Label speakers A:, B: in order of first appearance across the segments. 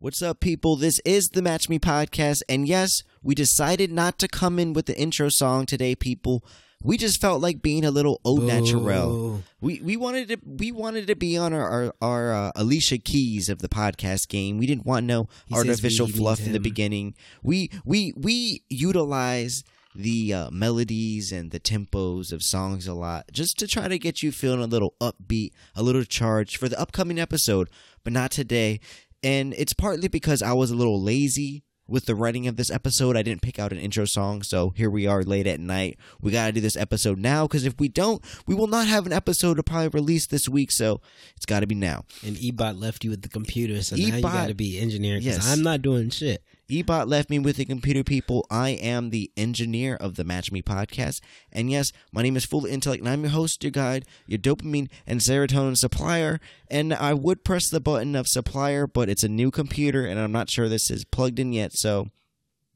A: What's up, people? This is the Match Me Podcast. And yes, we decided not to come in with the intro song today, people. We just felt like being a little au naturel.
B: Boo.
A: We we wanted to we wanted to be on our our, our uh, Alicia Keys of the podcast game. We didn't want no
B: He says
A: artificial
B: we need
A: fluff in the
B: him.
A: beginning. We we we utilize the uh, melodies and the tempos of songs a lot just to try to get you feeling a little upbeat, a little charged for the upcoming episode, but not today. And it's partly because I was a little lazy with the writing of this episode. I didn't pick out an intro song, so here we are late at night. We got to do this episode now because if we don't, we will not have an episode to probably release this week, so it's got to be now.
B: And Ebot left you with the computer, so now
A: Ebot-
B: you got to be engineering.
A: Yes.
B: I'm not doing shit.
A: Ebot left me with the computer people. I am the engineer of the Match Me podcast. And yes, my name is Full Intellect, and I'm your host, your guide, your dopamine and serotonin supplier. And I would press the button of supplier, but it's a new computer, and I'm not sure this is plugged in yet, so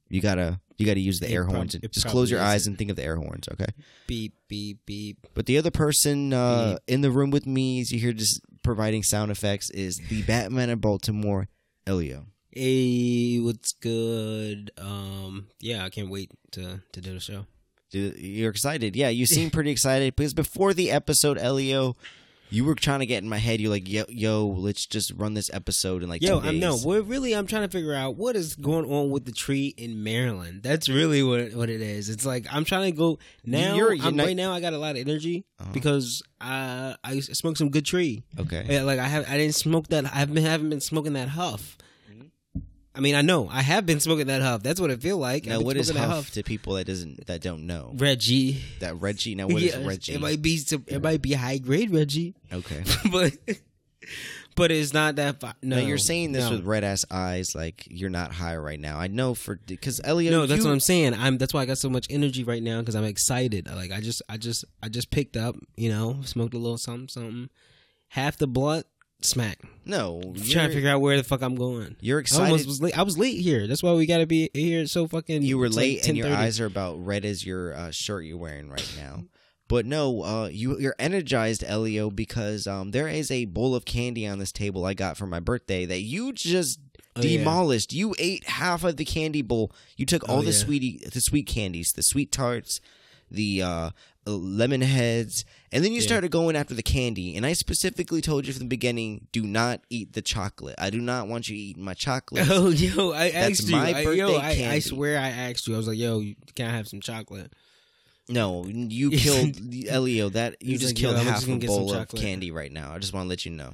A: you gotta you gotta use the
B: It
A: air
B: prob-
A: horns. And
B: it
A: just close your
B: probably
A: eyes
B: isn't.
A: and think of the air horns, okay?
B: Beep beep beep.
A: But the other person uh, in the room with me, as you hear just providing sound effects, is the Batman of Baltimore, Elio.
B: Hey, what's good? Um, yeah, I can't wait to to do the show.
A: Dude, You're excited. Yeah, you seem pretty excited because before the episode, Elio, you were trying to get in my head. You're like, yo, yo let's just run this episode in like
B: Yo,
A: two
B: I
A: days.
B: know. We're really. I'm trying to figure out what is going on with the tree in Maryland. That's really what what it is. It's like I'm trying to go now.
A: You're- you're
B: I'm,
A: not-
B: right now, I got a lot of energy
A: Uh-huh.
B: because I I smoked some good tree.
A: Okay.
B: Yeah, like I have I didn't smoke that. I haven't, haven't been smoking that huff. I mean, I know I have been smoking that huff. That's what it feel like.
A: Now,
B: I've been
A: what is
B: smoking
A: huff,
B: that
A: to people that doesn't that don't know
B: Reggie.
A: that Reggie? Now, what is
B: Yeah,
A: Reggie?
B: It might be some, it might be high grade Reggie,
A: okay.
B: but but it's not that. Fi- no,
A: No, you're saying this
B: no.
A: with red ass eyes, like you're not high right now. I know for because Elio,
B: No, that's
A: you-
B: what I'm saying. I'm that's why I got so much energy right now because I'm excited. Like I just I just I just picked up, you know, smoked a little something something, half the blunt, smack.
A: No,
B: trying to
A: you're,
B: figure out where the fuck I'm going.
A: you're
B: I almost
A: excited.
B: was late. I was late here. That's why we gotta be here so fucking.
A: You were
B: it's like
A: late, and your
B: 10:30.
A: eyes are about red as your uh, shirt you're wearing right now. But no, uh, you you're energized, Elio, because um, there is a bowl of candy on this table I got for my birthday that you just
B: Oh, yeah.
A: demolished. You ate half of the candy bowl. You took all
B: Oh,
A: the
B: yeah.
A: sweetie, the sweet candies, the sweet tarts, the uh, lemon heads, and then you
B: Yeah.
A: started going after the candy. And I specifically told you from the beginning, do not eat the chocolate. I do not want you eating my chocolate.
B: Oh, yo, I
A: That's
B: asked you.
A: my
B: I, yo,
A: birthday
B: I, I
A: candy.
B: swear I asked you. I was like, yo, can I have some chocolate?
A: No, you killed Elio. That you
B: He's
A: just
B: like,
A: killed
B: "Yo, I'm
A: half
B: just
A: a
B: gonna get some
A: bowl of
B: chocolate."
A: candy right now. I just want to let you know.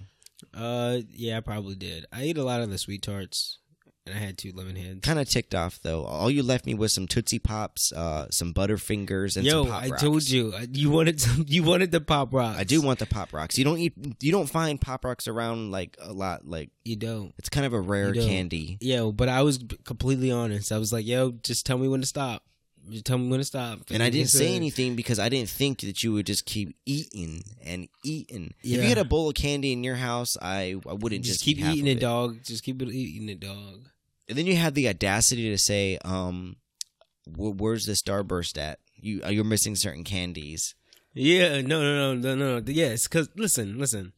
B: Uh, yeah, I probably did. I ate a lot of the sweet tarts, and I had two lemon heads.
A: Kind of ticked off though. All you left me was some Tootsie Pops, uh, some Butterfingers, and
B: Yo,
A: some Pop
B: I
A: Rocks.
B: told you I- you wanted some, you wanted the pop rocks.
A: I do want the Pop Rocks. You don't eat. You don't find Pop Rocks around like a lot. Like
B: You don't.
A: it's kind of a rare
B: You don't.
A: candy.
B: Yo, but I was completely honest. I was like, yo, just tell me when to stop. Just tell me when to stop.
A: And I didn't
B: It's
A: say
B: a-
A: anything because I didn't think that you would just keep eating and eating. If
B: Yeah.
A: you had a bowl of candy in your house, I, I wouldn't
B: Just,
A: just,
B: keep
A: eat half
B: eating
A: of
B: it, dog. Just keep it- eating it, dog.
A: And then you had the audacity to say, um, wh- "Where's the starburst at? You uh, you're missing certain candies."
B: Yeah, no, no, no, no, no. Yes, because listen, listen.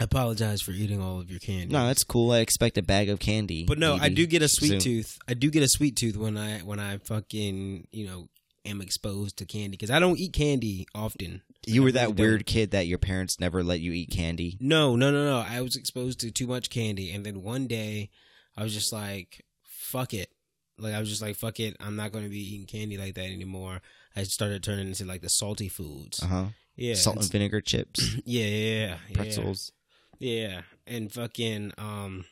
B: I apologize for eating all of your candy.
A: No, that's cool. I expect a bag of candy.
B: but no, I
A: maybe.
B: do get a sweet
A: Soon.
B: tooth. I do get a sweet tooth when I when I fucking you know am exposed to candy because I don't eat candy often.
A: You were
B: I really
A: that
B: don't.
A: weird kid that your parents never let you eat candy.
B: No, no, no, no. I was exposed to too much candy, and then one day I was just like, "Fuck it." Like I was just like, "Fuck it." I'm not going to be eating candy like that anymore. I started turning into like the salty foods.
A: Uh huh.
B: Yeah,
A: Salt and
B: it's-
A: vinegar chips,
B: yeah, yeah, yeah, yeah.
A: pretzels.
B: Yeah, and fucking um,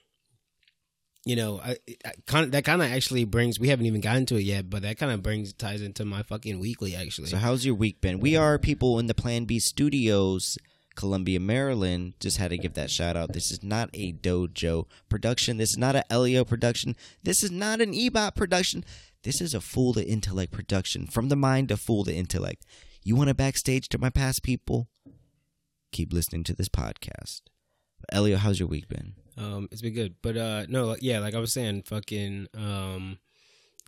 B: you know, I, I kind that kind of actually brings. We haven't even gotten to it yet, but that kind of brings ties into my fucking weekly actually.
A: So how's your week been? We are people in the Plan B Studios, Columbia, Maryland. Just had to give that shout out. This is not a dojo production. This is not a Elio production. This is not an E Ebot production. This is a Fool the Intellect production. From the mind to Fool the Intellect. You want a backstage to my past people? Keep listening to this podcast. Elio, how's your week been?
B: um, it's been good, but uh, no, like, yeah, like I was saying, fucking um,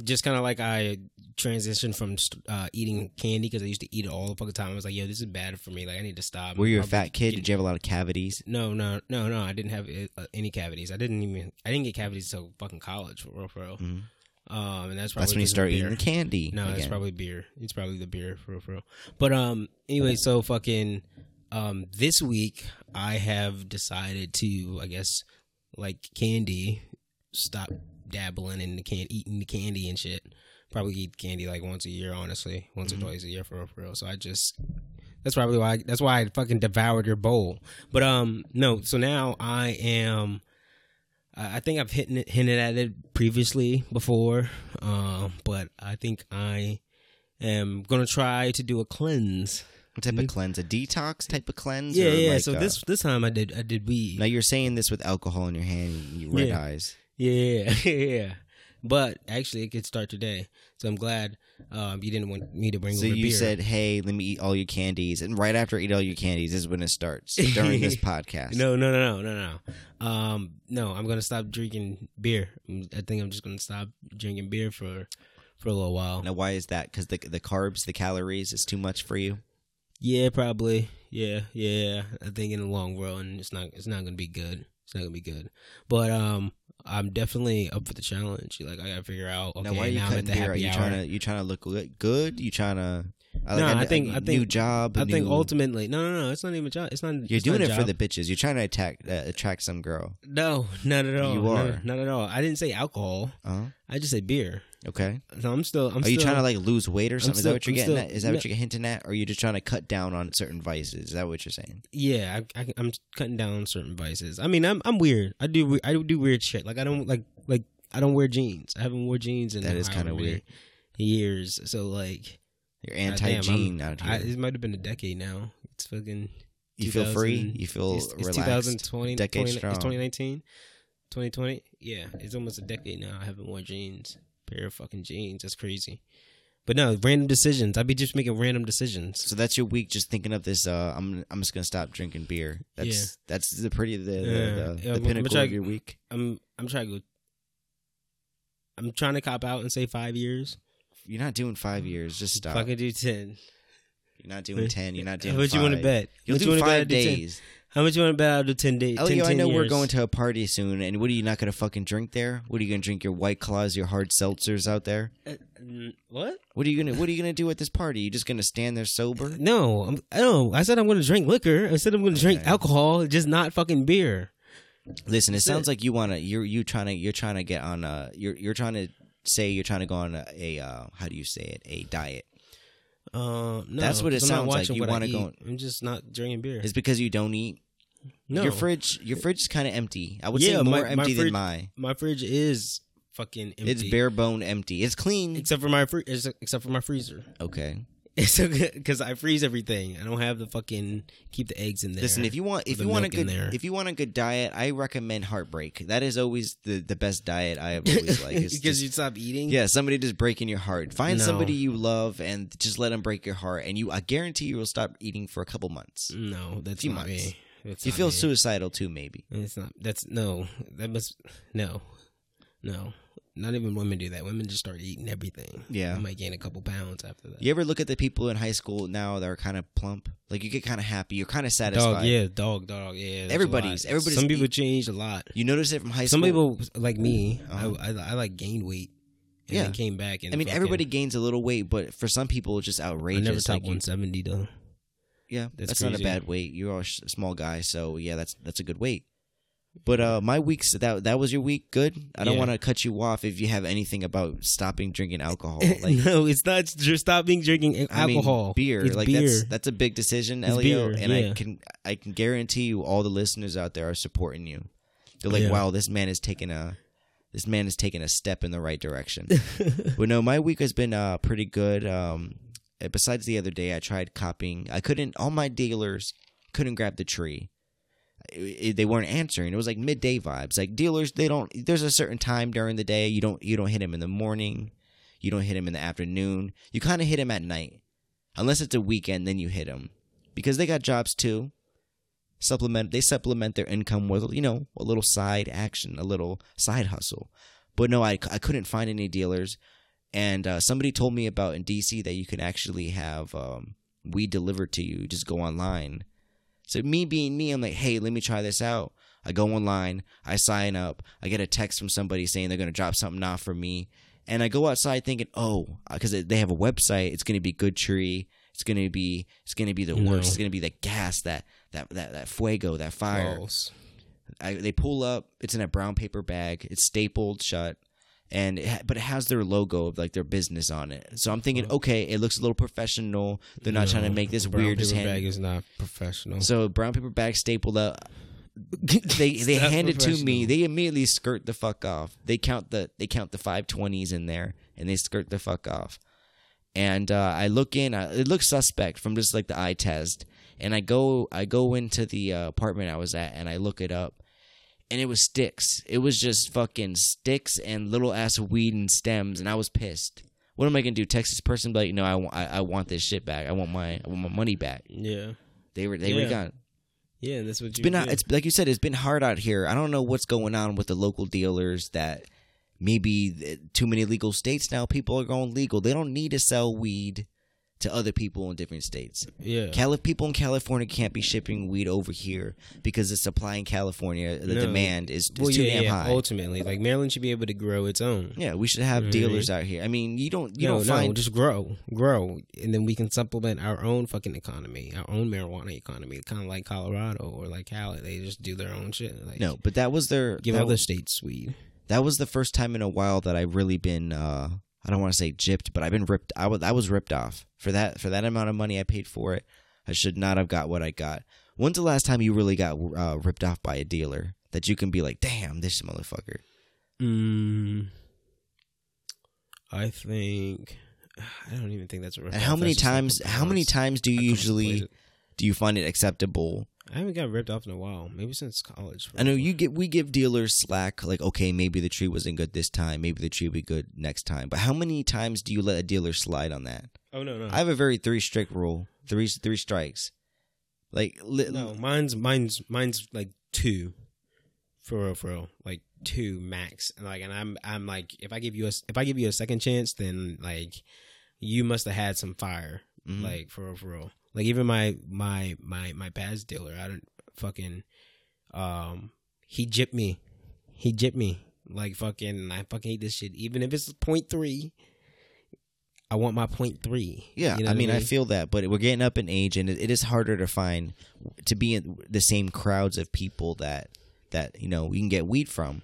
B: just kind of like I transitioned from st- uh, eating candy because I used to eat it all the fucking time. I was like, yo, this is bad for me. Like, I need to stop.
A: Were you a
B: Probably
A: fat kid?
B: getting-
A: Did you have a lot of cavities?
B: No, no, no, no. I didn't have uh, any cavities. I didn't even. I didn't get cavities till fucking college, for real, for real.
A: Mhm.
B: Um, and that's probably
A: That's when you
B: because of
A: start
B: beer.
A: eating the candy.
B: No, it's
A: again.
B: probably beer. It's probably the beer for real, for real. But um, anyway, so fucking um, this week I have decided to, I guess, like candy, stop dabbling in the can, eating the candy and shit. Probably eat candy like once a year, honestly, once
A: Mhm.
B: or twice a year for real, for real. So I just that's probably why. that's why I fucking devoured your bowl. But um, no. So now I am. I I think I've hit, hinted at it previously before, um, but I think I am gonna try to do a cleanse.
A: what type of cleanse? A detox type of cleanse?
B: Mm-hmm. yeah,
A: Or
B: yeah.
A: like uh,
B: so
A: a-
B: this this time I did I did weed.
A: Now you're saying this with alcohol in your hand, and you red
B: Yeah.
A: eyes.
B: yeah, yeah, yeah. But actually, it could start today. So I'm glad um, you didn't want me to bring.
A: So
B: over
A: you
B: beer.
A: said, "Hey, let me eat all your candies," and right after I eat all your candies is when it starts during this podcast.
B: No, no, no, no, no, no. Um, no, I'm gonna stop drinking beer. Mm, I think I'm just gonna stop drinking beer for for a little while.
A: Now, why is that? Because the the carbs, the calories, is too much for you.
B: Yeah, probably. Yeah, yeah. I think in the long run, it's not it's not gonna be good. It's not gonna be good. But um, I'm definitely up for the challenge. Like I gotta figure out. Okay,
A: now, why are you
B: now I'm
A: cutting
B: at the
A: beer? Are
B: happy
A: you
B: hour.
A: trying to you trying to look li- good? You trying to? I
B: No,
A: a-
B: I
A: a
B: think- I
A: new
B: think-
A: job.
B: I
A: a
B: think
A: new-
B: ultimately, no, no, no. It's not even. a Job, it's not.
A: you're
B: it's not
A: doing
B: a
A: it for
B: job.
A: the bitches. You're trying to attack uh, attract some girl.
B: No, not at all.
A: You
B: No,
A: are.
B: not, at all. I didn't say alcohol.
A: Uh,
B: I just said beer.
A: okay.
B: So I'm still. I'm
A: are you trying to like lose weight or something? is that
B: still-
A: what you're
B: I'm
A: getting?
B: still-
A: at? Is that what
B: no.
A: you're hinting at? Or are you just trying to cut down on certain vices? Is that what you're saying?
B: Yeah, I, I, I'm cutting down on certain vices. I mean, I'm I'm weird. I do we- I do weird shit. Like I don't like like I don't wear jeans. I haven't wore jeans in
A: That is
B: however
A: kinda
B: many
A: weird.
B: years. So like,
A: You're
B: damn, I'm-
A: anti gene out here.
B: I, it might have been a decade now. It's fucking.
A: you feel
B: 2000
A: free. You feel
B: it's, it's
A: relaxed.
B: 2020.
A: Decade
B: 20,
A: strong.
B: It's 2019. 2020. Yeah, it's almost a decade now. I haven't worn jeans. Pair of fucking jeans. That's crazy. But no, random decisions. I'd be just making random decisions.
A: So that's your week. Just thinking of this. Uh, I'm I'm just gonna stop drinking beer. That's that's the pretty the the,
B: Yeah.
A: the,
B: Yeah,
A: the
B: I'm- I'm
A: pinnacle
B: trying-
A: of your week.
B: I'm I'm trying to go. I'm trying to cop out and say five years.
A: You're not doing five years. Just
B: If
A: stop.
B: I could do ten.
A: You're not doing
B: Wait.
A: ten. You're not
B: How
A: doing.
B: much you
A: want
B: want to bet?
A: You'll
B: What you
A: do
B: wanna bet?
A: five
B: I'll do 10.
A: days.
B: How much you want to bet? I'll do ten days.
A: Oh,
B: 10,
A: yo, I
B: 10
A: know we're
B: years.
A: going to a party soon, and what are you not going to fucking drink there? What are you going to drink? Your white claws, your hard seltzers out there?
B: Uh, mm, what?
A: What are you gonna What are you gonna do at this party? You just gonna stand there sober?
B: No, I'm, I don't. I said I'm going to drink liquor. I said I'm going to drink
A: Okay.
B: alcohol, just not fucking beer.
A: Listen, it
B: That's
A: sounds
B: it.
A: like you wanna you're you trying to you're trying to get on a you're you're trying to say you're trying to go on a, a uh, how do you say it a diet.
B: Um, no,
A: That's what it
B: 'cause I'm
A: sounds
B: not
A: like.
B: watching
A: You
B: what I
A: wanna
B: eat.
A: go-
B: I'm just not drinking beer.
A: It's because you don't eat.
B: no,
A: Your fridge your fridge is kind of empty. I would
B: Yeah,
A: say more
B: my- my
A: empty
B: fridge-
A: than mine.
B: my fridge is fucking empty.
A: It's bare bone empty. It's clean.
B: except for my fr- except for my freezer.
A: okay.
B: It's because I freeze everything. I don't have the fucking keep the eggs in there.
A: Listen, if you want if
B: the
A: you want a
B: milk in
A: good
B: there.
A: if you want a good diet, I recommend Heartbreak. That is always the the best diet I have always liked. It's
B: because
A: just-
B: you stop eating.
A: yeah, somebody just breaking your heart. Find
B: No.
A: somebody you love and just let them break your heart, and you I guarantee you will stop eating for a couple months.
B: no, that's
A: Few
B: not
A: months.
B: me. That's
A: You
B: not
A: feel
B: me.
A: suicidal too, maybe.
B: It's not. That's no. That must no, no. Not even women do that. Women just start eating everything.
A: Yeah.
B: I might gain a couple pounds after that.
A: You ever look at the people in high school now that are kind of plump? Like you get kind of happy, you're kind of satisfied.
B: dog. Yeah, dog, dog. Yeah, that's a
A: Everybody's-
B: lot.
A: everybody's
B: Some people
A: eat-
B: changed a lot.
A: You notice it from high
B: Some
A: school.
B: people like me.
A: Uh-huh.
B: I, I I like gained weight. And
A: Yeah.
B: then came back and
A: I mean,
B: fucking-
A: everybody gains a little weight, but for some people, it's just
B: I
A: outrageous.
B: never
A: Like,
B: topped
A: you-
B: 170 though.
A: Yeah,
B: That's
A: that's, not a
B: crazy.
A: bad weight. You're a sh- small guy, so yeah, that's that's a good weight. But uh, my weeks that that was your week. Good. I don't
B: Yeah.
A: want to cut you off if you have anything about stopping drinking alcohol, Oh, like
B: no, it's not. Just stopping drinking
A: I mean,
B: alcohol,
A: beer.
B: It's
A: like that's that's a big decision,
B: It's
A: Elio.
B: beer,
A: and
B: yeah.
A: I can I can guarantee you, all the listeners out there are supporting you. They're like,
B: Yeah.
A: wow, this man is taking a this man is taking a step in the right direction. but no, my week has been uh, pretty good. Um, besides the other day, I tried copying. I couldn't. All my dealers couldn't grab the tree. It- it- they weren't answering. It was like midday vibes. Like dealers, they don't. There's a certain time during the day. You don't. You don't hit them in the morning. You don't hit them in the afternoon. You kind of hit them at night, unless it's a weekend. Then you hit them because they got jobs too. Supplement. They supplement their income with you know a little side action, a little side hustle. But no, I, I couldn't find any dealers. And uh, somebody told me about in DC that you can actually have um, weed delivered to you. Just go online. So me being me, I'm like, hey, let me try this out. I go online, I sign up, I get a text from somebody saying they're gonna drop something off for me, and I go outside thinking, oh, because they have a website, it's gonna be Good Tree, it's gonna be, it's gonna be the
B: No.
A: worst, it's gonna be the gas, that that that that fuego, that fire.
B: Balls.
A: I, they pull up. It's in a brown paper bag. It's stapled shut, and it ha- but it has their logo of like their business on it. So I'm thinking,
B: Uh-huh.
A: okay, it looks a little professional. They're not trying to
B: No,
A: make this
B: brown
A: weird. just
B: paper
A: hand-
B: bag is not professional.
A: so brown paper bag stapled up. They they
B: It's not
A: hand it to me.
B: professional.
A: They immediately skirt the fuck off. They count the they count the five twenties in there, and they skirt the fuck off. And uh, I look in. I, it looks suspect from just like the eye test. And I go I go into the uh, apartment I was at, and I look it up, and it was sticks. It was just fucking sticks and little ass weed and stems, and I was pissed. What am I gonna do? Text this person, but you know I want I, I want this shit back. I want my I want my money back.
B: yeah,
A: They were they
B: Yeah.
A: were gone.
B: yeah, that's what
A: It's
B: you.
A: been
B: do.
A: it's like you said, it's been hard out here. I don't know what's going on with the local dealers that maybe th- too many legal states now. People are going legal. They don't need to sell weed to other people in different states.
B: yeah.
A: Cali- people in California can't be shipping weed over here because the supply in California, the
B: No.
A: demand is, is
B: well,
A: too
B: yeah,
A: damn
B: yeah.
A: high.
B: Ultimately, like Maryland should be able to grow its own.
A: yeah, we should have
B: Mhm.
A: dealers out here. I mean, you don't you
B: no,
A: don't
B: no,
A: find
B: just grow, grow, and then we can supplement our own fucking economy, our own marijuana economy, kind of like Colorado or like Cali. They just do their own shit. Like,
A: no, but that was their
B: give
A: that
B: other
A: was-
B: states weed.
A: that was the first time in a while that I've really been uh I don't want to say gypped, but I've been ripped I was I was ripped off. For that for that amount of money I paid for it, I should not have got what I got. When's the last time you really got uh, ripped off by a dealer that you can be like, "Damn, this motherfucker."
B: Mm, I think I don't even think that's a.
A: And how many times how many times do you usually do you find it acceptable?
B: I haven't got ripped off in a while. Maybe since college.
A: I know you get we give dealers slack like, "Okay, maybe the tree wasn't good this time, maybe the tree will be good next time." But how many times do you let a dealer slide on that?
B: Oh no no.
A: I have a very three strict rule. Three three strikes. Like li-
B: No, mine's mine's mine's like two, for real, for real, like two max. And like, and I'm I'm like, if I give you a if I give you a second chance, then like, you must have had some fire,
A: Mhm.
B: like for real, for real. Like even my my my my pads dealer, I don't fucking, um, he jipped me, he jipped me, like fucking, and I fucking hate this shit. Even if it's point three, I want my point three.
A: yeah,
B: You know
A: I
B: what
A: mean, I feel that, but we're getting up in age, and it, it is harder to find to be in the same crowds of people that that you know we can get weed from.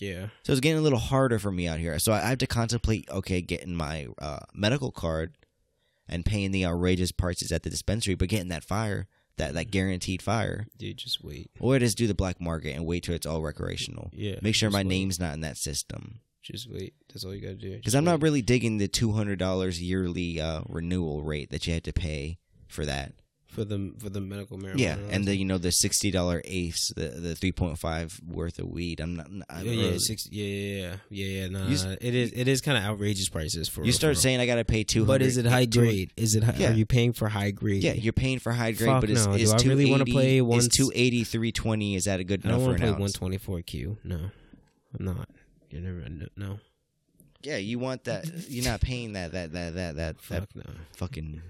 B: yeah.
A: So it's getting a little harder for me out here. So I I have to contemplate, okay, getting my uh, medical card and paying the outrageous prices at the dispensary, but getting that fire, that that guaranteed fire,
B: Dude, just wait.
A: or just do the black market and wait till it's all recreational.
B: Yeah.
A: Make sure
B: just
A: my
B: wait.
A: name's not in that system.
B: Just wait. That's all you gotta do.
A: because I'm not really digging the two hundred dollars yearly uh, renewal rate that you had to pay for that.
B: for the for the medical marijuana.
A: Yeah, and the you know the sixty dollar ace, the the three point five worth of weed. I'm not. I,
B: yeah, yeah, six, yeah, yeah, yeah, yeah, yeah. Nah,
A: You s-
B: it is it is kind of outrageous prices for
A: you
B: real,
A: start
B: for real.
A: saying I got to pay two hundred.
B: But is it high grade? Is it high,
A: Yeah.
B: are you paying for high grade?
A: Yeah, you're paying for high grade,
B: Fuck
A: but it's,
B: no.
A: it's
B: Do I really wanna
A: 280
B: play
A: It's
B: once-
A: two eighty three twenty. Is that a good
B: I
A: enough
B: don't
A: for
B: want to
A: an
B: play
A: ounce?
B: one twenty four Q. No, I'm not. You're never no. no.
A: Yeah, you want that? You're not paying that that that that that, that
B: Fuck no.
A: fucking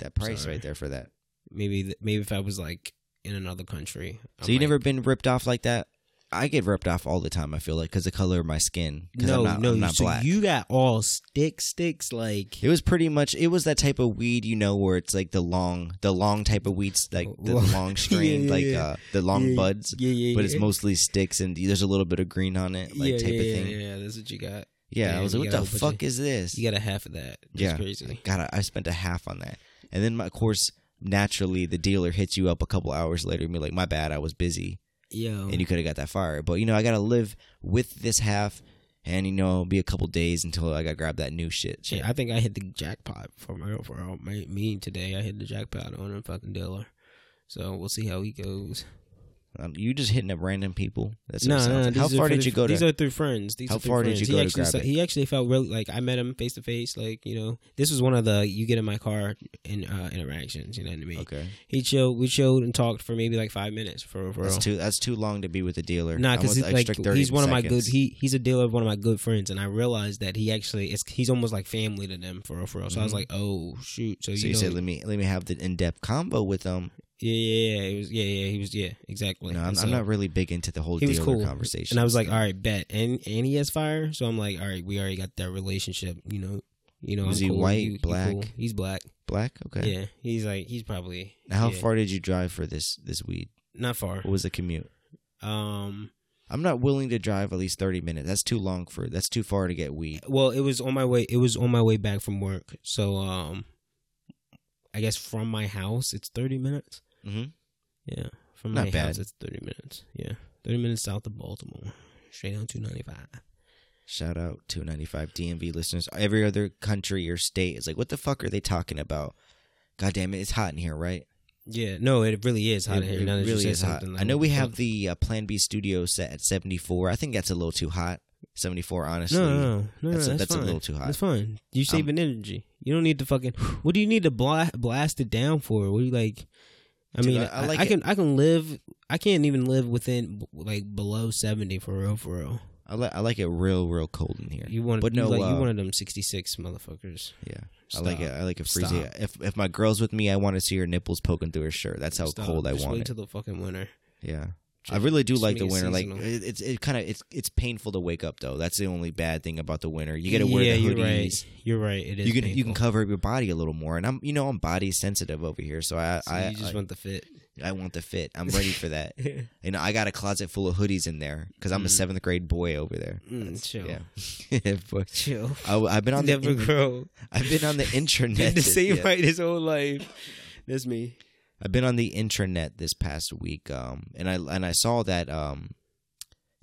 A: that price
B: Sorry.
A: right there for that.
B: Maybe th- maybe if I was like in another country.
A: So
B: I'm
A: you
B: like,
A: never been ripped off like that? I get ripped off all the time. I feel like because the color of my skin. 'cause
B: No,
A: I'm not,
B: no.
A: I'm not
B: so
A: black.
B: you got all stick sticks like.
A: It was pretty much it was that type of weed you know where it's like the long the long type of weeds like the
B: Long-
A: long strain
B: yeah,
A: like
B: yeah.
A: uh the long
B: Yeah,
A: buds
B: Yeah, yeah,
A: but it's
B: yeah.
A: mostly sticks and there's a little bit of green on it like
B: yeah,
A: type
B: yeah,
A: of thing. Yeah,
B: Yeah, yeah, that's what you got.
A: I
B: Yeah,
A: was
B: you
A: like what the
B: got a whole bunch of-
A: fuck is this?
B: You got a half of that. That's
A: Yeah.
B: crazy.
A: God, I, I spent a half on that. And then my, of course naturally the dealer hits you up a couple hours later and be like my bad I was busy
B: Yo.
A: and you could have got that fire. But you know I got to live with this half and you know be a couple days until I got grab that new shit.
B: Shit, I think I hit the jackpot for my for all my me today. I hit the jackpot on a fucking dealer, so we'll see how he goes.
A: Um, you just hitting up random people. That's what
B: no,
A: it
B: no,
A: sounds
B: no.
A: like. How
B: these are
A: far
B: through-
A: did you go
B: These
A: to?
B: are through friends. These
A: How
B: are through
A: far did
B: friends.
A: you go
B: he
A: to
B: actually,
A: grab
B: sa-
A: it?
B: He actually felt really like I met him face to face. Like you know, this was one of the you get in my car in uh, interactions. You know what I mean?
A: okay,
B: He chilled. We chilled and talked for maybe like five minutes for for
A: that's too
B: real.
A: that's too long to be with a dealer.
B: Nah,
A: I want
B: because
A: the
B: like
A: extra 30
B: he's one of my good.
A: seconds.
B: He he's a dealer of one of my good friends, and I realized that he actually is. He's almost like family to them for real, for real. So I was
A: Mhm.
B: like, oh shoot.
A: so
B: So, you,
A: you
B: know,
A: said let me let me have the in depth combo with them.
B: yeah, yeah, yeah. It was yeah, yeah. He was yeah, exactly.
A: No,
B: And
A: I'm,
B: so-
A: I'm not really big into the whole
B: he was
A: dealer
B: cool.
A: conversation.
B: And I was like, all right, bet. And and he has fire, so I'm like, all right, we already got that relationship. You know, you know.
A: Was
B: I'm
A: he
B: cool.
A: white,
B: You- you
A: black?
B: cool. He's black.
A: black, okay.
B: Yeah, he's like he's probably
A: Now, how
B: yeah,
A: far did you drive for this this weed?
B: Not far.
A: What was the commute?
B: Um.
A: I'm not willing to drive at least 30 minutes. That's too long for. That's too far to get weed.
B: Well, it was on my way. It was on my way back from work. So um, I guess from my house, it's thirty minutes.
A: Mhm.
B: Yeah, from
A: Not
B: my
A: bad.
B: house, it's thirty minutes. Yeah, thirty minutes south of Baltimore, straight on two ninety five.
A: Shout out 295 DMV listeners. Every other country or state is like, what the fuck are they talking about? God damn it, it's hot in here, right?
B: Yeah, no, it really is hot
A: it,
B: in here.
A: it
B: now that you
A: really
B: said
A: is hot.
B: something,
A: I
B: like,
A: know
B: what
A: we
B: the
A: have
B: fuck?
A: the uh, Plan B studio set at 74. I think that's a little too hot. 74, honestly.
B: No, no, no, no,
A: that's,
B: that's,
A: a, that's a
B: fine.
A: little too hot.
B: That's fine. You saving energy. You don't need to fucking. What do you need to bla- blast it down for? What do you like? I
A: Dude,
B: mean,
A: I- I
B: I,
A: like
B: I
A: it.
B: can I can live. I can't even live within like below seventy for real, for real.
A: I, li- I like it real, real cold in here.
B: You want,
A: But
B: but
A: no,
B: no, like,
A: uh,
B: you one of them sixty six motherfuckers.
A: yeah. I like it. I like it freezing.
B: Stop.
A: If if my girl's with me, I want to see her nipples poking through her shirt. That's how
B: Stop.
A: cold I
B: Just
A: want
B: wait
A: it.
B: till the fucking winter.
A: yeah. I
B: Just-
A: really do
B: just
A: like
B: make
A: the
B: it
A: winter. Like
B: seasonal.
A: it- it's it kind of it's it's painful to wake up though. That's the only bad thing about the winter. You got to wear
B: yeah,
A: the hoodies.
B: you're right. You're right. It is.
A: You can you can
B: painful.
A: cover up your body a little more. And I'm you know I'm body sensitive over here, so I
B: So
A: I
B: you just
A: I,
B: want the fit.
A: I want the fit. I'm ready for that. You know I got a closet full of hoodies in there because I'm a
B: Mm.
A: seventh grade boy over there.
B: Mm, chill,
A: Yeah, boy.
B: chill.
A: I, have been on the
B: Never
A: in-
B: grow.
A: I've been on the internet.
B: Been the
A: this-
B: same
A: yeah.
B: height his whole life. That's me.
A: I've been on the internet this past week, um, and I and I saw that um,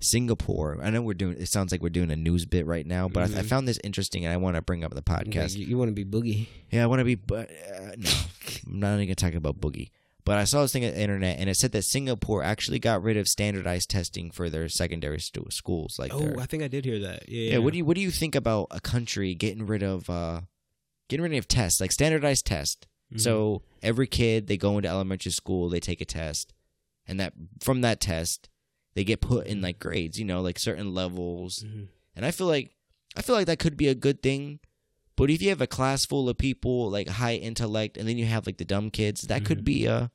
A: Singapore. I know we're doing. It sounds like we're doing a news bit right now, but I, I
B: Mhm.
A: found this interesting, and I want to bring up the podcast.
B: You, want to be boogie?
A: Yeah, I want to be, but uh, no, I'm not even gonna talk about boogie. But I saw this thing on the internet, and it said that Singapore actually got rid of standardized testing for their secondary stu- schools. Like,
B: Oh,
A: their,
B: I think I did hear that. Yeah.
A: yeah. What do you What do you think about a country getting rid of uh, getting rid of tests, like standardized tests? So every kid, they go into elementary school, they take a test, and that from that test, they get put in like grades, you know, like certain
B: Mm-hmm.
A: levels. And I feel like I feel like that could be a good thing. But if you have a class full of people like high intellect, and then you have like the dumb kids, that could
B: Mhm.
A: be a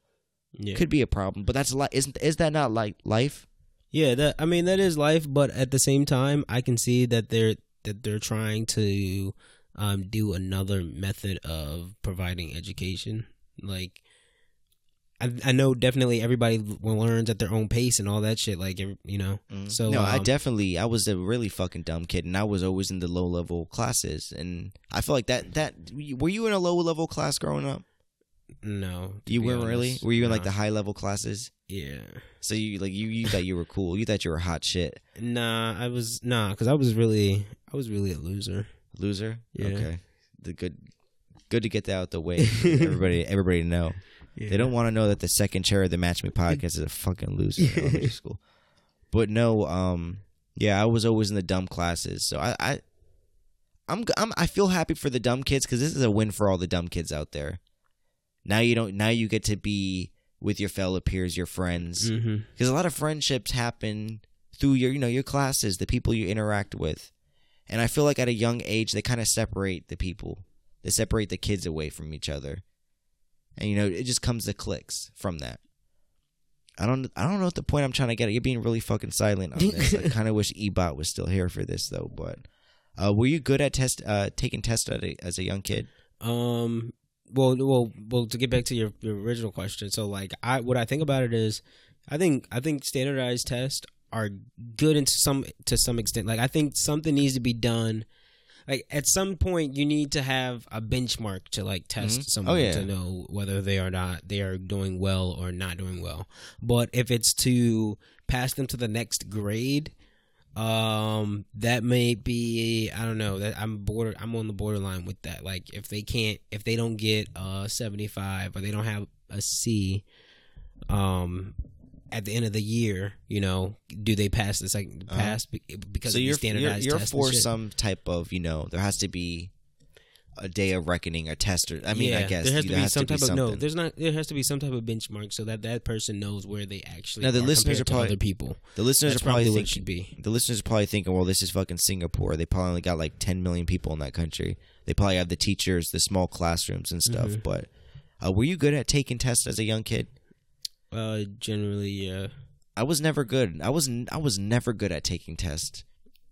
B: Mm-hmm. yeah.
A: could be a problem. But that's li- isn't is that not like life?
B: yeah, that I mean that is life, but at the same time, I can see that they're that they're trying to um, do another method of providing education. Like, I I know definitely everybody learns at their own pace and all that shit. Like, every- you know, So,
A: no, I
B: um,
A: definitely I was a really fucking dumb kid, and I was always in the low level classes, and I feel like that that were you in a low level class growing up?
B: no, to
A: You
B: be
A: weren't really.
B: honest,
A: Were you in like the
B: nah.
A: high level classes?
B: yeah.
A: So you like you you thought you were cool. You thought you were hot shit
B: Nah, I was nah, cause I was really, I was really a loser.
A: loser.
B: Yeah.
A: Okay. The good good to get that out the way. for everybody everybody to know. They don't want to know that the second chair of the Match Me podcast is a fucking loser in elementary school. But no, um, yeah, I was always in the dumb classes, so I. I I'm, g- I'm I feel happy for the dumb kids because this is a win for all the dumb kids out there. Now you don't. Now you get to be with your fellow peers, your friends.
B: Mm-hmm.
A: because a lot of friendships happen through your you know your classes the people you interact with and i feel like at a young age they kind of separate the people they separate the kids away from each other and you know it just comes to clicks from that i don't i don't know what the point i'm trying to get at you're being really fucking silent on this i kind of wish ebot was still here for this though but uh, were you good at test uh, taking tests at a, as a young kid
B: Um. Well, well, well. To get back to your, your original question, so like, I what I think about it is, I think I think standardized tests are good in some to some extent. Like, I think something needs to be done. Like at some point, you need to have a benchmark to like test
A: Mhm. Oh,
B: someone
A: yeah.
B: to know whether they are not they are doing well or not doing well. But if it's to pass them to the next grade, um that may be i don't know that i'm border i'm on the borderline with that like if they can't if they don't get uh 75 or they don't have a c um at the end of the year, you know, do they pass the second
A: Uh-huh.
B: pass be- because
A: so
B: of the
A: you're you're,
B: standardized
A: you're
B: tests and
A: for
B: shit?
A: some type of you know there has to be a day of reckoning, a tester. I mean, I
B: Yeah,
A: guess
B: there has to
A: there
B: be some type of no.
A: something.
B: There's not. There has to be some type of benchmark so that that person knows where they actually.
A: Now, the
B: are
A: listeners
B: compared
A: are
B: to
A: probably-
B: other people.
A: the listeners
B: That's
A: are probably
B: probably what it
A: thinking,
B: should be.
A: the listeners are probably thinking, well, this is fucking Singapore. They probably only got like 10 million people in that country. They probably have the teachers, the small classrooms and stuff.
B: Mm-hmm.
A: But uh, were you good at taking tests as a young kid?
B: Uh, generally, yeah.
A: I was never good. I was n- I was never good at taking tests.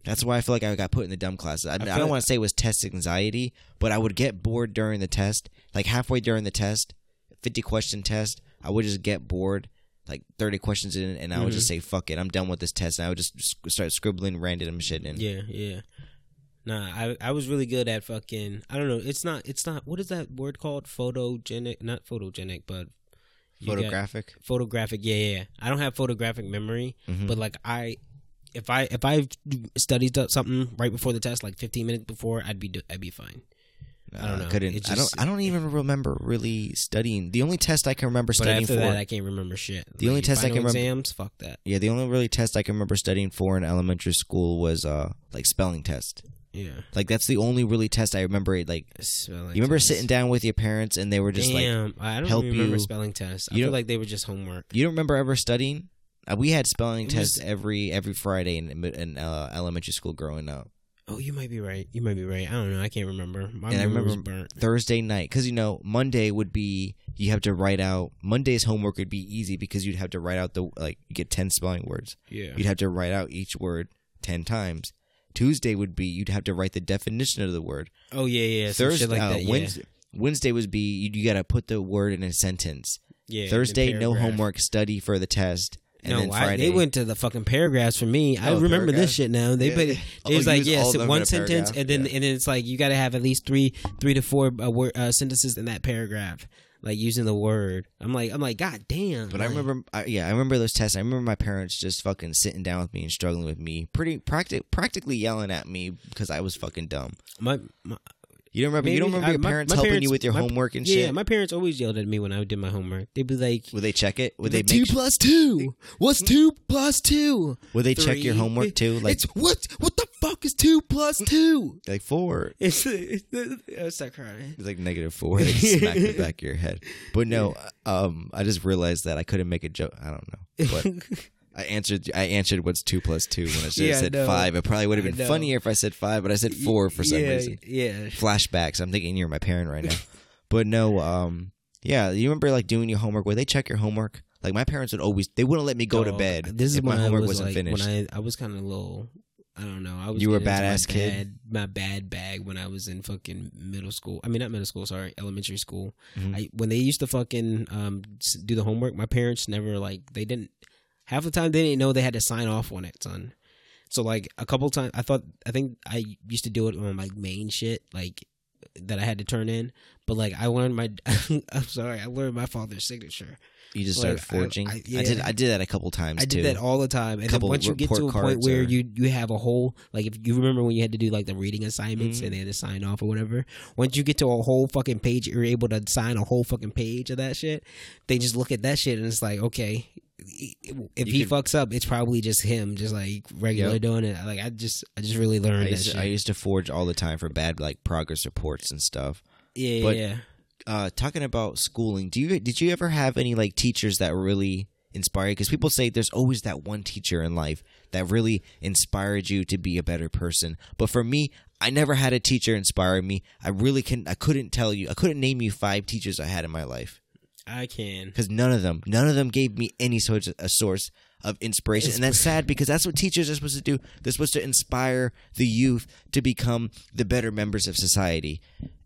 A: That's why I feel like I got put in the dumb classes. I, mean, I
B: feel-
A: don't want to say it was test anxiety, but I would get bored during the test. Like halfway during the test, fifty question test, I would just get bored. Like thirty questions in, and I would
B: Mm-hmm.
A: just say "fuck it," I'm done with this test, and I would just sc- start scribbling random shit in.
B: Yeah, yeah. Nah, I I was really good at fucking. I don't know. It's not. It's not. What is that word called? Photogenic. Not photogenic, but you got-
A: Photographic.
B: photographic. Yeah, yeah. yeah. I don't have photographic memory,
A: Mhm.
B: but like I. If I if I studied something right before the test, like 15 minutes before, I'd be do- I'd be fine. I don't
A: Uh,
B: know.
A: Couldn't.
B: It
A: I don't.
B: just-
A: I don't even remember really studying. The only test I can remember
B: But
A: studying
B: after
A: for.
B: that, I can't remember shit.
A: The only test I
B: final
A: can remember-
B: exams. Fuck that.
A: yeah, the only really test I can remember studying for in elementary school was uh like spelling test.
B: Yeah.
A: Like that's the only really test I remember. Like
B: Spelling
A: you remember
B: test.
A: sitting down with your parents and they were just like,
B: Damn, I don't
A: help
B: even remember
A: you-
B: spelling tests. I
A: you
B: feel
A: don't-
B: like they were just homework.
A: you don't remember ever studying. Uh, we had spelling
B: It was-
A: tests every every Friday in, in uh, elementary school growing up.
B: Oh, you might be right. You might be right. I don't know. I can't remember. My
A: And I
B: memory was
A: remember-
B: burnt.
A: Thursday night, because you know Monday would be you have to write out Monday's homework would be easy because you'd have to write out the like you get ten spelling words.
B: Yeah.
A: You'd have to write out each word ten times. Tuesday would be you'd have to write the definition of the word.
B: Oh yeah, yeah. some
A: Thursday,
B: shit like
A: uh,
B: that. yeah.
A: Wednesday, Wednesday would be you, you got to put the word in a sentence.
B: Yeah, the
A: Thursday, no
B: paragraph.
A: homework, study for the test. And
B: no,
A: then
B: I,
A: Friday,
B: they went to the fucking paragraphs for me. I
A: Oh,
B: remember
A: paragraph?
B: this shit now. They
A: Yeah.
B: put it.
A: Oh,
B: It was
A: you
B: like
A: use
B: yeah,
A: all of
B: so
A: them in
B: one
A: a
B: sentence,
A: paragraph?
B: and then
A: Yeah.
B: and then it's like you got to have at least three three to four uh, word, uh, sentences in that paragraph, like using the word. I'm like I'm like god damn.
A: But I
B: like,
A: remember, I, yeah, I remember those tests. I remember my parents just fucking sitting down with me and struggling with me, pretty practic- practically yelling at me because I was fucking dumb.
B: my, my
A: You don't remember? you don't
B: Maybe-
A: remember
B: I-
A: your
B: my-
A: parents
B: my
A: helping
B: parents-
A: you with your
B: my-
A: homework and
B: yeah,
A: shit?
B: my parents always yelled at me when I did my homework. They'd be like,
A: would they check it? Would they
B: two
A: make? Mm-hmm.
B: plus two? What's two plus two?
A: Would they check your
B: Three.
A: homework too? Like,
B: it's what? What the fuck is two plus two?
A: like four?
B: It's, it's, I start crying.
A: It's like negative four. They just smack the back of your head. But no, um, I just realized that I couldn't make a joke. I don't know. But I answered. I answered what's two plus two when I should
B: Yeah, I
A: have said
B: know.
A: five. It probably would
B: I
A: have been
B: know.
A: funnier if I said five, but I said four for some
B: yeah,
A: reason.
B: Yeah.
A: Flashbacks. I'm thinking you're my parent right now. but no, um, yeah. You remember like doing your homework? Would they check your homework? Like my parents would always. They wouldn't let me go to
B: Dog,
A: bed.
B: This is
A: if my
B: when I
A: homework
B: was,
A: wasn't
B: like,
A: finished.
B: When I, I was kind of little. I don't know. I was
A: You were a
B: getting
A: badass
B: into my
A: kid?
B: bad- My bad bag when I was in fucking middle school. I mean, not middle school. Sorry, elementary school.
A: Mhm.
B: I, when they used to fucking um, s- do the homework, my parents never like they didn't. Half the time they didn't know they had to sign off on it, son. So like a couple times, I thought I think I used to do it on like main shit, like that I had to turn in. But like I learned my, I'm sorry, I learned my father's signature.
A: you just
B: like,
A: started forging.
B: I-
A: I,
B: I- yeah.
A: did. I did that a couple times
B: I
A: too.
B: did that all the time. And then
A: Couple
B: once you get to a
A: report
B: point
A: cards
B: where
A: or-
B: you you have a whole like if you remember when you had to do like the reading assignments
A: Mhm.
B: and they had to sign off or whatever. Once you get to a whole fucking page, you're able to sign a whole fucking page of that shit. They just look at that shit and it's like, okay, if
A: You
B: he
A: could-
B: fucks up, it's probably just him, just like regular
A: Yep.
B: doing it. Like I just I just really learned
A: I
B: that
A: used,
B: shit.
A: to, I used to forge all the time for bad like progress reports and stuff.
B: yeah,
A: but-
B: yeah.
A: uh, talking about schooling, do you did you ever have any like teachers that really inspired? Because people say there's always that one teacher in life that really inspired you to be a better person. But for me, I never had a teacher inspire me. I really can. I couldn't tell you. I couldn't name you five teachers I had in my life
B: I can.
A: because none of them, none of them gave me any sort of a source of inspiration, and that's sad because that's what teachers are supposed to do. They're supposed to inspire the youth to become the better members of society,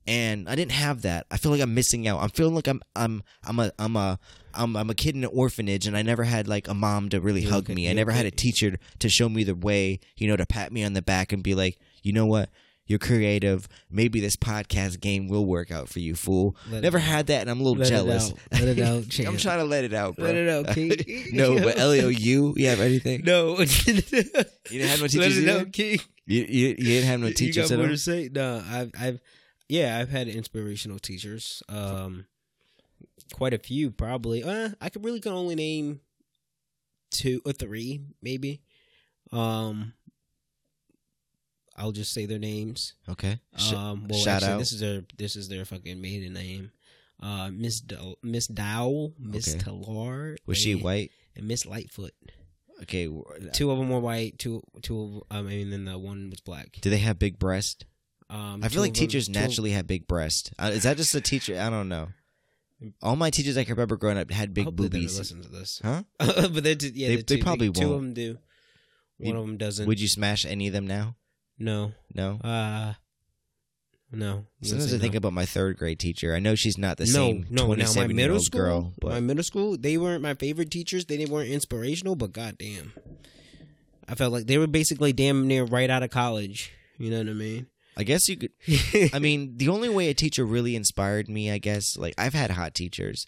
A: and I didn't have that. I feel like I'm missing out. I'm feeling like I'm I'm I'm a I'm a I'm, I'm a kid in an orphanage, and I never had like a mom to really hug
B: okay.
A: me. I
B: You're
A: never had a
B: okay.
A: teacher to show me the way, you know, to pat me on the back and be like, you know what. You're creative. Maybe this podcast game will work out for you, fool.
B: Let it
A: Never had that, and I'm a little
B: Let it
A: jealous.
B: out. Let it out,
A: I'm
B: champ.
A: trying to let it out, bro.
B: Let it out, King.
A: no, but L O U, you have anything?
B: No, you
A: didn't have no
B: Let
A: teachers
B: it
A: either?
B: out, King.
A: You, you, you didn't have no
B: you
A: teachers
B: got
A: at
B: more
A: all.
B: to say? No, I've, I've, yeah, I've had inspirational teachers. Um, quite a few, probably. Uh, I could really can only name two or three maybe. Um, I'll just say their names.
A: Okay. Sh-
B: Um, well,
A: shout
B: actually,
A: out.
B: This is their this is their fucking maiden name. Uh, Miss Do- Miss Dowell, Miss
A: Okay.
B: Tillard,
A: was she
B: and-
A: white?
B: And Miss Lightfoot.
A: Okay. w-
B: Two of them were white. Two two. Of, I mean, then the one was black.
A: Do they have big breasts?
B: Um,
A: I
B: two
A: feel like
B: of 'em-
A: teachers
B: two of-
A: naturally have big breasts. Uh, is that just a teacher? I don't know. All my teachers I can remember growing up had
B: I
A: big
B: hope they never
A: boobies.
B: Listen to this,
A: Huh?
B: but they're t- yeah,
A: They-
B: they're
A: they
B: two,
A: probably
B: two of
A: won't.
B: them do.
A: You-
B: One of them doesn't.
A: Would you smash any of them now?
B: No.
A: No.
B: Uh, no. I'm gonna
A: Sometimes
B: say
A: I think
B: no.
A: about my third grade teacher. I know she's not the
B: no,
A: same
B: no. Now my
A: 27 year
B: middle
A: old
B: school,
A: girl, but
B: my middle school, they weren't my favorite teachers. They didn't- weren't inspirational, but goddamn, I felt like they were basically damn near right out of college. You know what I mean?
A: I guess you could. I mean, the only way a teacher really inspired me, I guess, like I've had hot teachers,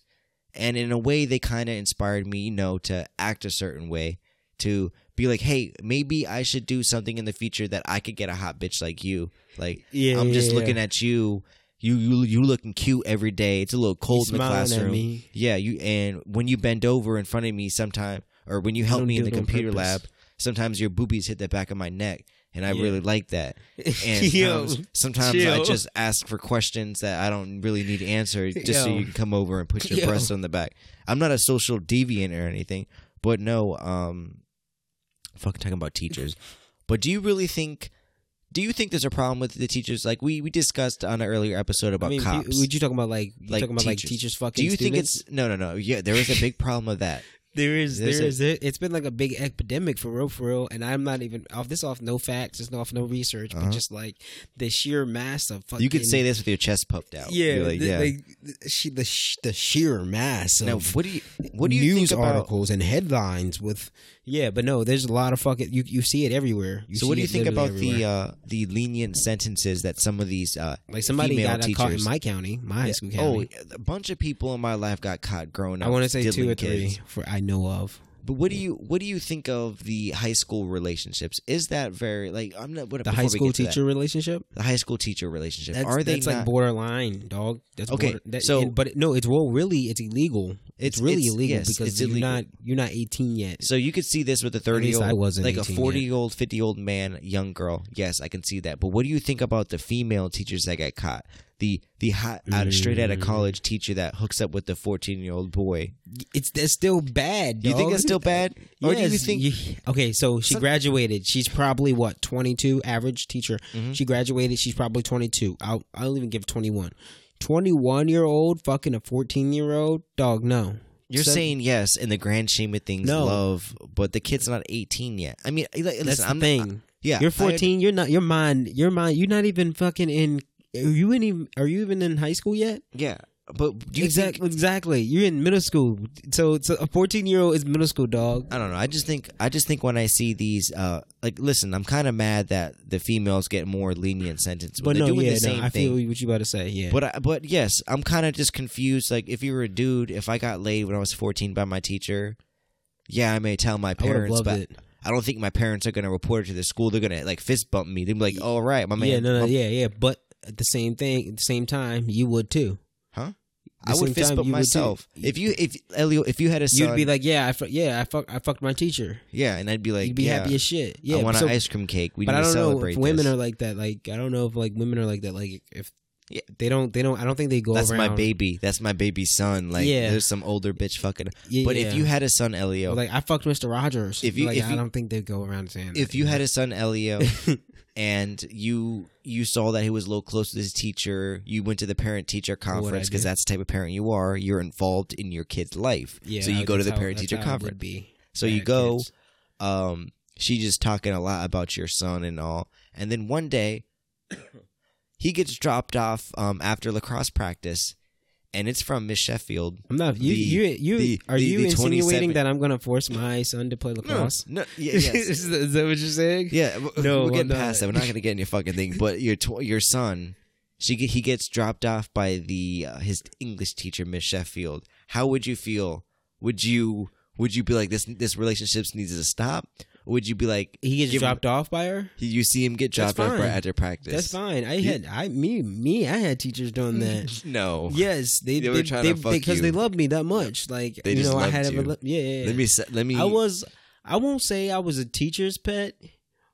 A: and in a way, they kind of inspired me, you know, to act a certain way, to be like, hey, maybe I should do something in the future that I could get a hot bitch like you. Like,
B: yeah,
A: I'm just
B: yeah,
A: looking at you. You you you looking cute every day. It's a little
B: yeah.
A: cold in the
B: Smiling at
A: classroom.
B: me.
A: Yeah, you and when you bend over in front of me sometime or when you help
B: don't
A: me in
B: do
A: the
B: it on
A: computer
B: purpose.
A: lab, sometimes your boobies hit the back of my neck and I
B: Yeah.
A: really like that. And
B: Yo,
A: sometimes, sometimes I
B: chill.
A: just ask for questions that I don't really need answered just so
B: Yo.
A: you can come over and put your
B: Yo.
A: breasts on the back. I'm not a social deviant or anything, but no, um fucking talking about teachers. But do you really think do you think there's a problem with the teachers? Like we, we discussed on an earlier episode about
B: I mean,
A: cops.
B: would you talking about like you
A: Like
B: talking about like
A: teachers.
B: teachers
A: do
B: fucking?
A: you think
B: students?
A: it's no no no? Yeah, there is a big problem of that.
B: There is,
A: There's
B: there
A: a-
B: is. It. It's been like a big epidemic for real, for real. And I'm not even off this off no facts, it's off no research,
A: Uh-huh.
B: but just like the sheer mass of fucking.
A: You could say this with your chest puffed out.
B: yeah,
A: You're like,
B: the,
A: yeah.
B: Like, the, she, the, sh- the sheer mass of
A: now, what do you what do you
B: news
A: think about?
B: articles and headlines with. Yeah, but no, there's a lot of fucking. You you see it everywhere.
A: so, what do you think about the uh, the lenient sentences that some of these uh,
B: like somebody
A: female
B: got got caught in
A: teachers-
B: my county, my high school
A: oh
B: county.
A: a bunch of people in my life got caught growing up?
B: I want to say two
A: diddling
B: or three
A: kids.
B: for I know of.
A: But what do you what do you think of the high school relationships? Is that very like I'm not what
B: The
A: before
B: high
A: we
B: school
A: get to that,
B: teacher relationship.
A: the high school teacher relationship
B: That's,
A: are they
B: that's
A: not,
B: like borderline, dog. That's
A: Okay,
B: border- that,
A: so-
B: and- but it- no, it's well, really, it's illegal. It's, really illegal
A: yes,
B: because
A: it's
B: you're
A: illegal.
B: not you're not 18 yet.
A: So you could see this with a
B: At
A: thirty
B: least
A: year
B: I
A: old,
B: wasn't
A: like a
B: 18
A: forty
B: yet.
A: year old, fifty year old man, young girl. Yes, I can see that. But what do you think about the female teachers that got caught? The the hot out, straight out of
B: Mm.
A: college teacher that hooks up with the fourteen year old boy.
B: It's that's still bad.
A: Do you think
B: dog.
A: that's still bad, or do you
B: Yes,
A: think?
B: you- okay, so she
A: Some-
B: graduated. She's probably what 22, average teacher.
A: Mhm.
B: She graduated. She's probably 22. I'll I'll even give 21. 21 year old fucking a 14 year old dog. No,
A: You're
B: So-
A: saying yes in the grand scheme of things,
B: No.
A: love, but the kid's not 18 yet. I mean, li- listen,
B: that's the
A: I'm
B: thing.
A: yeah,
B: You're
A: I agree.
B: 14. You're not. Your mind. Your mind. You're not even fucking in. Are you in? even- Are you even in high school yet?
A: yeah, but do you think-
B: exactly. exactly. You're in middle school. So, so a 14 year old is middle school dog.
A: I don't know. I just think I just think when I see these, uh, like, listen, I'm kind of mad that the females get more lenient sentences,
B: But
A: they're
B: no,
A: doing
B: yeah,
A: the same
B: no. I
A: thing.
B: feel what you about to say. Yeah.
A: But I, but yes, I'm kind of just confused. Like, if you were a dude, if I got laid when I was 14 by my teacher, yeah, I may tell my
B: I would have
A: parents,
B: loved
A: but
B: it.
A: I don't think my parents are gonna report it to the school. They're gonna like fist bump me. They'd be like, "All right, my man."
B: yeah, no, no,
A: my-
B: yeah, yeah. But at the same thing, at the same time, you would too.
A: Huh?
B: The
A: I would
B: same
A: fist
B: time,
A: bump
B: you would too.
A: myself if you if Elio if you had a son.
B: You'd be like, yeah, I fu- yeah, I fuck, I fucked my teacher.
A: yeah, and I'd be like,
B: You'd be
A: yeah,
B: happy as shit.
A: I
B: Yeah,
A: want
B: so-
A: an ice cream cake. We
B: but
A: need
B: I
A: to
B: don't know
A: celebrate
B: if women
A: this.
B: are like that. Like, I don't know if like women are like that. Like, if
A: Yeah.
B: they don't, they don't. I don't think they go.
A: That's my
B: around-
A: baby. That's my baby's son. Like,
B: Yeah.
A: there's some older bitch fucking.
B: Yeah,
A: But
B: yeah.
A: if you had a son, Elio,
B: like, I fucked Mister Rogers.
A: If you-
B: like,
A: if
B: I
A: you-
B: don't think they go around saying.
A: if
B: that,
A: you
B: know?
A: had a son, Elio, and you you saw that he was a little close to his teacher, you went to the parent teacher
B: I
A: conference because
B: do?
A: that's the type of parent you are. You're involved in your kid's life,
B: yeah,
A: so you go to the
B: that's how-
A: parent
B: that's
A: teacher
B: how it
A: conference.
B: would be.
A: So
B: Yeah,
A: you go.
B: kids.
A: Um, she just talking a lot about your son and all, and then one day he gets dropped off um, after lacrosse practice, and it's from Miss Sheffield.
B: I'm not. You,
A: the-
B: you, you.
A: the-
B: are
A: the-
B: you
A: the 27
B: insinuating that I'm gonna force my son to play lacrosse?
A: No, no, yeah, yes.
B: is, that- is that what you're saying?
A: Yeah, w-
B: No,
A: we're
B: I'm
A: getting
B: not.
A: past that. We're not gonna get in your fucking thing. But your tw- your son, she ge- he gets dropped off by the uh, his English teacher, Miss Sheffield. How would you feel? Would you would you be like this? This relationship needs to stop, Or would you be like
B: He gets
A: give him-
B: dropped off by her.
A: you see him get
B: That's
A: dropped off
B: fine.
A: after practice?
B: That's fine. I
A: You-
B: had I me me I had teachers doing that.
A: no.
B: yes, they
A: Oh. They
B: they
A: were trying to fuck
B: because they
A: you.
B: loved me that much. Like
A: They
B: you
A: just
B: know I
A: loved
B: had a
A: you.
B: rela- yeah, yeah, yeah.
A: Let me se- let me
B: I was I won't say I was a teacher's pet,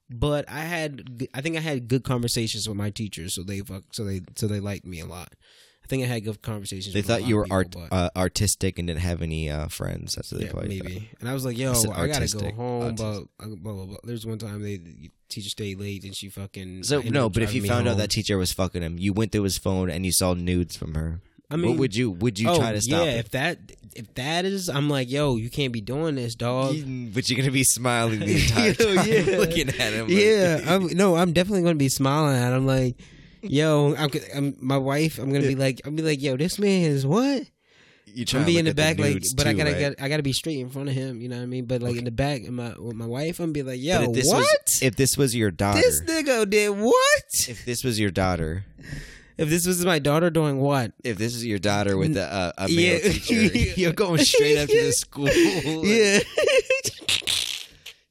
B: but I had g- I think I had good conversations with my teachers, so they fuck so they so they liked me a lot. I think I had good conversations.
A: They
B: with a
A: thought
B: lot
A: you
B: of
A: were
B: people,
A: art,
B: but-
A: uh, artistic and didn't have any uh, friends. That's what they
B: yeah,
A: probably
B: maybe.
A: thought.
B: And I was like, yo,
A: said
B: I gotta go
A: artistic,
B: home. But uh,
A: autistic.
B: blah, blah, blah. there's one time they the teacher stayed late and she fucking
A: So
B: ended
A: no,
B: up
A: but if
B: driving
A: you
B: me
A: found out
B: home.
A: that teacher was fucking him, you went through his phone and you saw nudes from her.
B: I mean,
A: what would you would you
B: oh,
A: try to stop
B: yeah,
A: it?
B: if that if that is, I'm like, yo, you can't be doing this, dog.
A: You- but you're gonna be smiling the entire
B: Yo,
A: time,
B: yeah.
A: looking at him. like-
B: yeah, I'm, no, I'm definitely going to be smiling at him. Like, yo, I'm, I'm my wife. I'm going to be like, I'm be like, yo, this man is what?
A: you try
B: I'm
A: to
B: be in
A: look
B: the
A: at
B: back, like,
A: nudes
B: but I
A: too,
B: gotta,
A: right?
B: gotta, I gotta be straight in front of him. You know what I mean? But like in the back, in my with my wife, I'm be like,
A: But
B: yo,
A: if this
B: what?
A: was if this was your daughter,
B: this nigga did what?
A: if this was your daughter,
B: If this was my daughter doing what?
A: if this is your daughter with a, a, a male
B: Yeah.
A: teacher, you're going straight up to the school.
B: Yeah,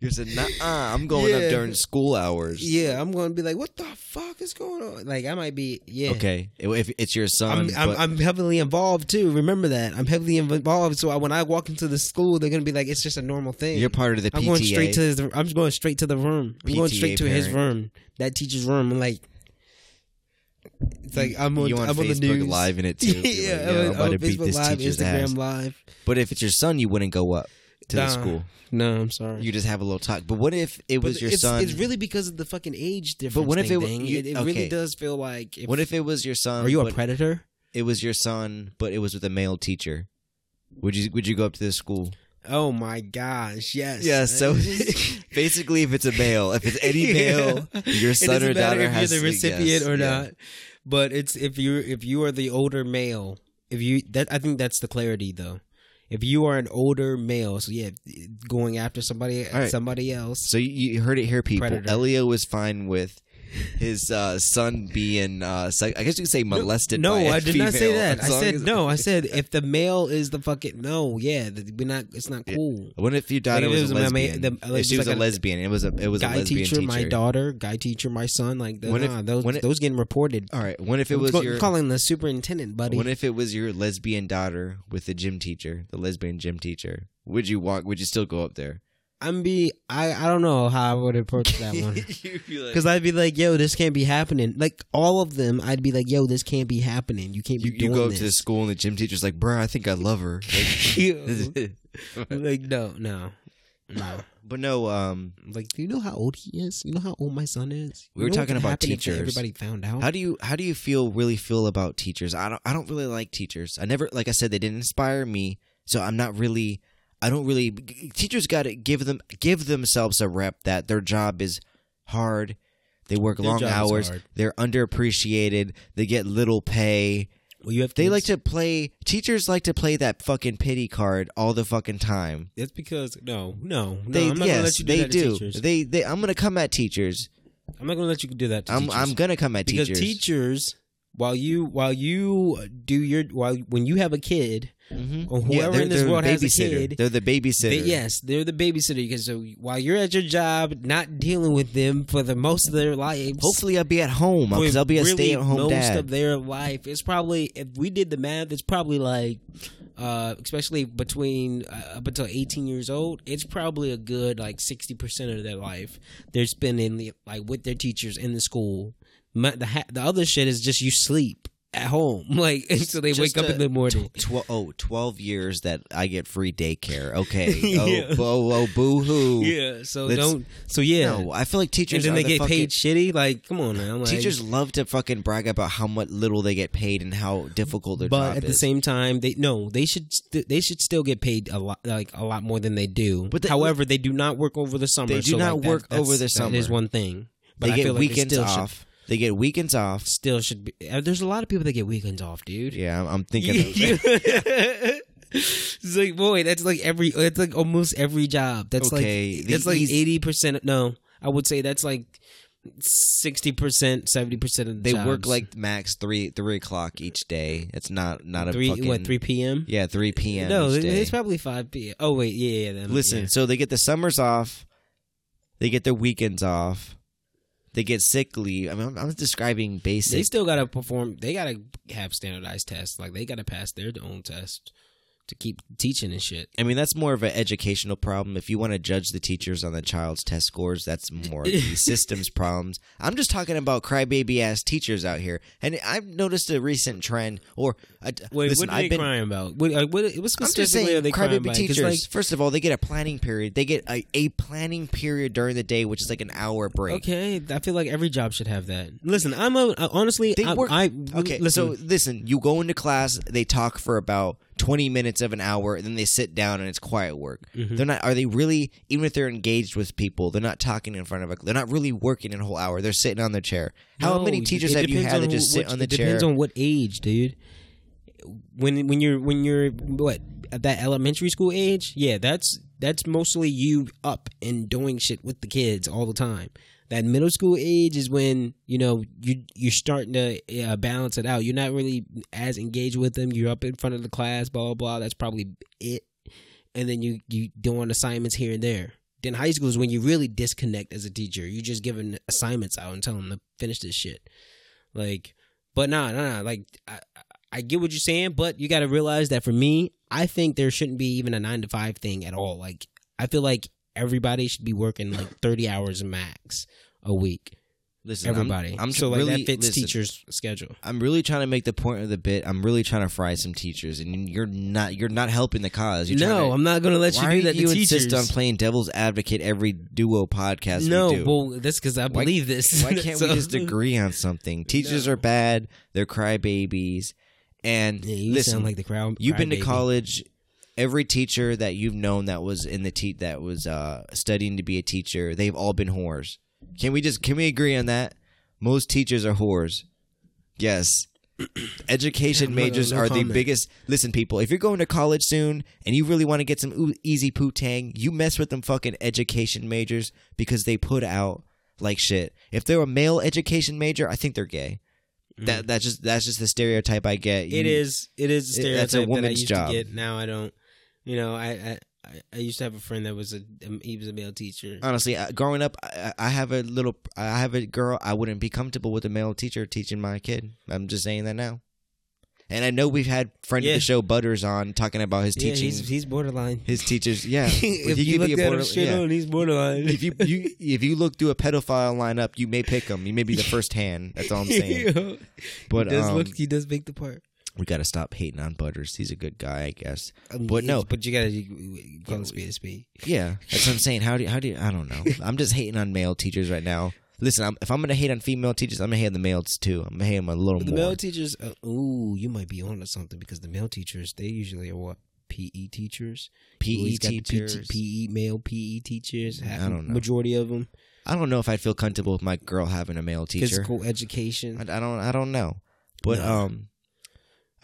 A: you said, "Nah, I'm going
B: Yeah.
A: up during school hours."
B: yeah. I'm gonna be like, what the fuck is going on? Like, I might be, yeah.
A: Okay, if it's your son,
B: I'm, I'm,
A: but-
B: I'm heavily involved too. Remember that I'm heavily involved. So I, when I walk into the school, they're gonna be like, it's just a normal thing.
A: You're part of the PTA.
B: I'm going straight to his. I'm just going straight to the room. I'm going
A: PTA
B: straight to his
A: parent.
B: room. That teacher's room. I'm like, it's like I'm on.
A: you on
B: I'm on the
A: Facebook
B: news.
A: Live in it too.
B: yeah,
A: You're like,
B: I'm
A: "Yo, I'm
B: on- I'm
A: about to
B: on
A: beat
B: Facebook
A: this
B: Live,
A: teacher's
B: Instagram
A: ass.
B: Live.
A: But if it's your son, you wouldn't go up to
B: Nah.
A: the school.
B: No, I'm sorry.
A: You just have a little talk. But what if it was
B: But
A: your
B: it's,
A: son?
B: It's really because of the fucking age difference.
A: what if
B: thing,
A: it w-
B: thing.
A: you-
B: it, it
A: okay.
B: really does feel like? If, um,
A: what if it was your son?
B: are you a
A: but
B: predator?
A: It was your son, but it was with a male teacher. Would you Would you go up to the school?
B: Oh my gosh! Yes.
A: Yeah. So basically, if it's a male, if it's any male,
B: Yeah.
A: your
B: It
A: son
B: doesn't
A: or daughter
B: matter if
A: has
B: you're the
A: to say yes.
B: recipient or
A: Yeah.
B: not. But it's if you if you are the older male, if you that I think that's the clarity though. If you are an older male, so yeah, going after somebody
A: All right.
B: somebody else.
A: So you, you heard it here, people.
B: Predator.
A: Elio was fine with his uh, son being, uh, sec- I guess you could say, molested.
B: No,
A: by a
B: I did not say
A: female,
B: that. I
A: as long
B: said
A: as-
B: no. I said if the male is the fucking no, yeah, th- we're not. It's not
A: Yeah.
B: cool.
A: I wonder if your daughter
B: Like, if
A: was, a
B: it was my ma-
A: lesbian.
B: the-
A: if
B: like,
A: she was
B: just
A: a
B: like a-
A: lesbian, it was a it was a
B: Guy
A: lesbian
B: teacher,
A: teacher.
B: my daughter. Guy teacher, my son. Like the,
A: What if-
B: nah, those
A: what if-
B: those getting reported.
A: All right. What if it
B: I'm
A: was
B: ca-
A: your?
B: calling the superintendent, buddy.
A: What if it was your lesbian daughter with the gym teacher, the lesbian gym teacher? Would you walk? Would you still go up there?
B: I'm be. I I don't know how I would approach that one.
A: You'd be like-
B: Because I'd be like, yo, this can't be happening. Like, all of them, I'd be like, yo, this can't be happening. You can't be
A: you, you
B: doing
A: go up to the
B: this.
A: school and the gym teacher's like, "Bruh, I think I love her."
B: Ew.
A: Like,
B: like, no, no. No.
A: but no, um,
B: Like, do you know how old he is? You know how old my son is?
A: We were
B: You know what
A: talking
B: would
A: about
B: happen if
A: teachers.
B: Everybody found out.
A: How do you how do you feel really feel about teachers? I don't I don't really like teachers. I never like I said they didn't inspire me, so I'm not really I don't really teachers got to give them give themselves a rep that their job is hard. They work
B: Their
A: long
B: job is
A: hours.
B: hard.
A: They're underappreciated. They get little pay.
B: well, you have
A: They like to play teachers like to play that fucking pity card all the fucking time.
B: That's because, no, no. no
A: they
B: I'm not going to
A: yes,
B: let you do
A: they
B: that
A: do.
B: to teachers.
A: They they I'm going to come at teachers.
B: I'm not going to let you do that to
A: I'm
B: teachers.
A: I'm going to come at
B: because
A: teachers.
B: teachers. while you, while you do your, while when you have a kid,
A: Mhm.
B: Or whoever
A: they're-
B: in this
A: they're the
B: world has a
A: babysitter.
B: kid,
A: They're the babysitter.
B: They, yes, they're the babysitter because so while you're at your job, not dealing with them for the most of their lives.
A: Hopefully, I'll be at home because
B: with
A: I'll be a
B: really
A: stay-at-home
B: most
A: dad.
B: of their life. It's probably if we did the math, it's probably like, uh, especially between uh, up until 18 years old, it's probably a good like 60 percent of their life they're spending the, like with their teachers in the school. My, the ha- the other shit is just you sleep at home, like until they wake
A: Just
B: up
A: a
B: in the morning.
A: Tw- tw- oh, 12 years that I get free daycare. Okay.
B: Yeah.
A: Oh, bo- oh, boo hoo.
B: yeah, so
A: Let's-
B: don't. So yeah.
A: No, I feel like
B: and
A: teachers
B: then
A: are
B: they
A: the
B: get
A: fucking-
B: paid shitty. Like, come on, now. Like,
A: Teachers love to fucking brag about how much little they get paid and how difficult their
B: but
A: job
B: at the
A: is.
B: same time, they no, they should st- they should still get paid a lot, like a lot more than they do.
A: But
B: But
A: the-
B: however, they do not work over the summer.
A: They do
B: so, like,
A: not
B: that-
A: work
B: that's-
A: over the
B: That is
A: summer.
B: one thing. But
A: they
B: I
A: get
B: feel like
A: weekends
B: they still
A: off.
B: Should,
A: They get weekends off.
B: still should be. uh, There's a lot of people that get weekends off, dude.
A: Yeah, I'm, I'm thinking. of that.
B: it's like boy, that's like every. That's like almost every job. That's
A: Okay,
B: like
A: the
B: that's like
A: eas-
B: eighty percent. No, I would say that's like sixty percent, seventy percent of the
A: They work
B: jobs.
A: like max three three o'clock each day. It's not not a
B: three
A: fucking
B: what three p.m.
A: yeah three p.m.
B: No,
A: each day.
B: it's probably five p.m. Oh wait, yeah, yeah. Then,
A: Listen,
B: yeah.
A: so they get the summers off, They get their weekends off. They get sick leave. I mean, I'm, I'm describing
B: They
A: basic.
B: still gotta perform. They gotta have standardized tests. Like they gotta pass their own test to keep teaching and shit.
A: I mean, that's more of an educational problem. If you want to judge the teachers on the child's test scores, that's more of the systems problems. I'm just talking about crybaby ass teachers out here, and I've noticed a recent trend. Or I,
B: Wait,
A: listen,
B: what are
A: I've
B: they
A: been
B: crying about? What, like, what, what
A: I'm just
B: specifically are
A: saying,
B: they crying
A: crybaby
B: about? 'Cause,
A: teachers.
B: like,
A: first of all, they get a planning period. They get a, a planning period during the day, which is like an hour break.
B: Okay, I feel like every job should have that. Listen, I'm a
A: uh,
B: I- honestly,
A: They
B: I,
A: work-
B: I
A: Okay,
B: Listen,
A: so listen, you go into class, they talk for about 20 minutes of an hour, and then they sit down and it's quiet work.
B: Mhm.
A: They're not, are they really, even if they're engaged with people, they're not talking in front of a, they're not really working in a whole hour. They're sitting on their chair. How
B: no,
A: many teachers
B: it
A: have you
B: depends
A: had that
B: on
A: just
B: who-
A: sit
B: which-
A: on the
B: it Depends
A: chair?
B: on what age, dude. When when you're when you're what at that elementary school age? Yeah, that's that's mostly you up and doing shit with the kids all the time. That middle school age is when you know you you're starting to uh, balance it out. You're not really as engaged with them. You're up in front of the class, blah blah. blah. That's probably it. and then you you doing assignments here and there. Then high school is when you really disconnect as a teacher. You just giving assignments out and tell them to finish this shit. Like, but nah, nah, nah. Like, I, I- I get what you're saying, but you got to realize that for me, I think there shouldn't be even a nine to five thing at all. Like, I feel like everybody should be working like 30 hours max a week.
A: listen, I'm-
B: Everybody.
A: I'm,
B: I'm, so like
A: really,
B: that fits
A: listen,
B: teachers' schedule.
A: I'm really trying to make the point of the bit. I'm really trying to fry some teachers, and you're not, you're not helping the cause. You're trying
B: No,
A: to,
B: I'm not gonna let
A: Why
B: you do that.
A: you
B: to
A: insist on
B: teachers.
A: playing devil's advocate every duo podcast?
B: no,
A: we do?
B: well, that's because I
A: Why-
B: believe this.
A: why can't we
B: So-
A: just agree on something? Teachers
B: No.
A: are bad. They're crybabies. And
B: Yeah, you
A: listen,
B: sound like the crowd.
A: you've been to
B: crybaby.
A: college. Every teacher that you've known that was in the te- that was uh, studying to be a teacher, they've all been whores. Can we just can we agree on that? Most teachers are whores. Yes. Education
B: Yeah, no-
A: majors
B: no
A: are the
B: comment.
A: biggest. Listen, people, if you're going to college soon and you really want to get some oo- easy poo-tang, you mess with them fucking education majors because they put out like shit. If they're a male education major, I think they're gay.
B: Mm-hmm.
A: That that's just that's just the stereotype I get.
B: Mm. It
A: You-
B: is. It is a
A: Mm. It-
B: stereotype
A: that's a
B: that I
A: woman's
B: used
A: job.
B: to get. Now I don't. You know, I I- I, I used to have a friend that was a um, he was a male teacher.
A: honestly I- growing up I, I I have a little i have a girl i wouldn't be comfortable with a male teacher teaching my kid i'm just saying that now and i know we've had friend of
B: Yeah.
A: the show butters on talking about his
B: yeah,
A: teaching
B: he's he's borderline.
A: his teachers yeah
B: if
A: He
B: you
A: could be
B: look
A: a
B: at him
A: border-
B: straight
A: yeah.
B: on, he's borderline.
A: if you, you if you look through a pedophile lineup you may pick him you may be the first hand that's all i'm saying but
B: he does
A: um,
B: look. He does make the part.
A: we gotta stop hating on butters he's a good guy i guess
B: Um,
A: but no.
B: but you gotta you- you call it speed to speed.
A: Yeah, that's what I'm saying. How do how do I don't know? I'm just hating on male teachers right now. Listen, I'm, if I'm gonna hate on female teachers, I'm gonna hate on the males too. I'm gonna hate them a little
B: But the
A: more.
B: male teachers, uh, ooh, you might be onto something because the male teachers, they usually are what PE teachers, Well,
A: PE
B: he's got the PT
A: E teachers.
B: PE E, male PE teachers.
A: I
B: half-
A: don't know.
B: Majority of them,
A: I don't know if I'd feel comfortable with my girl having a male teacher.
B: physical
A: I, I
B: education.
A: don't. I don't know. But
B: No.
A: um,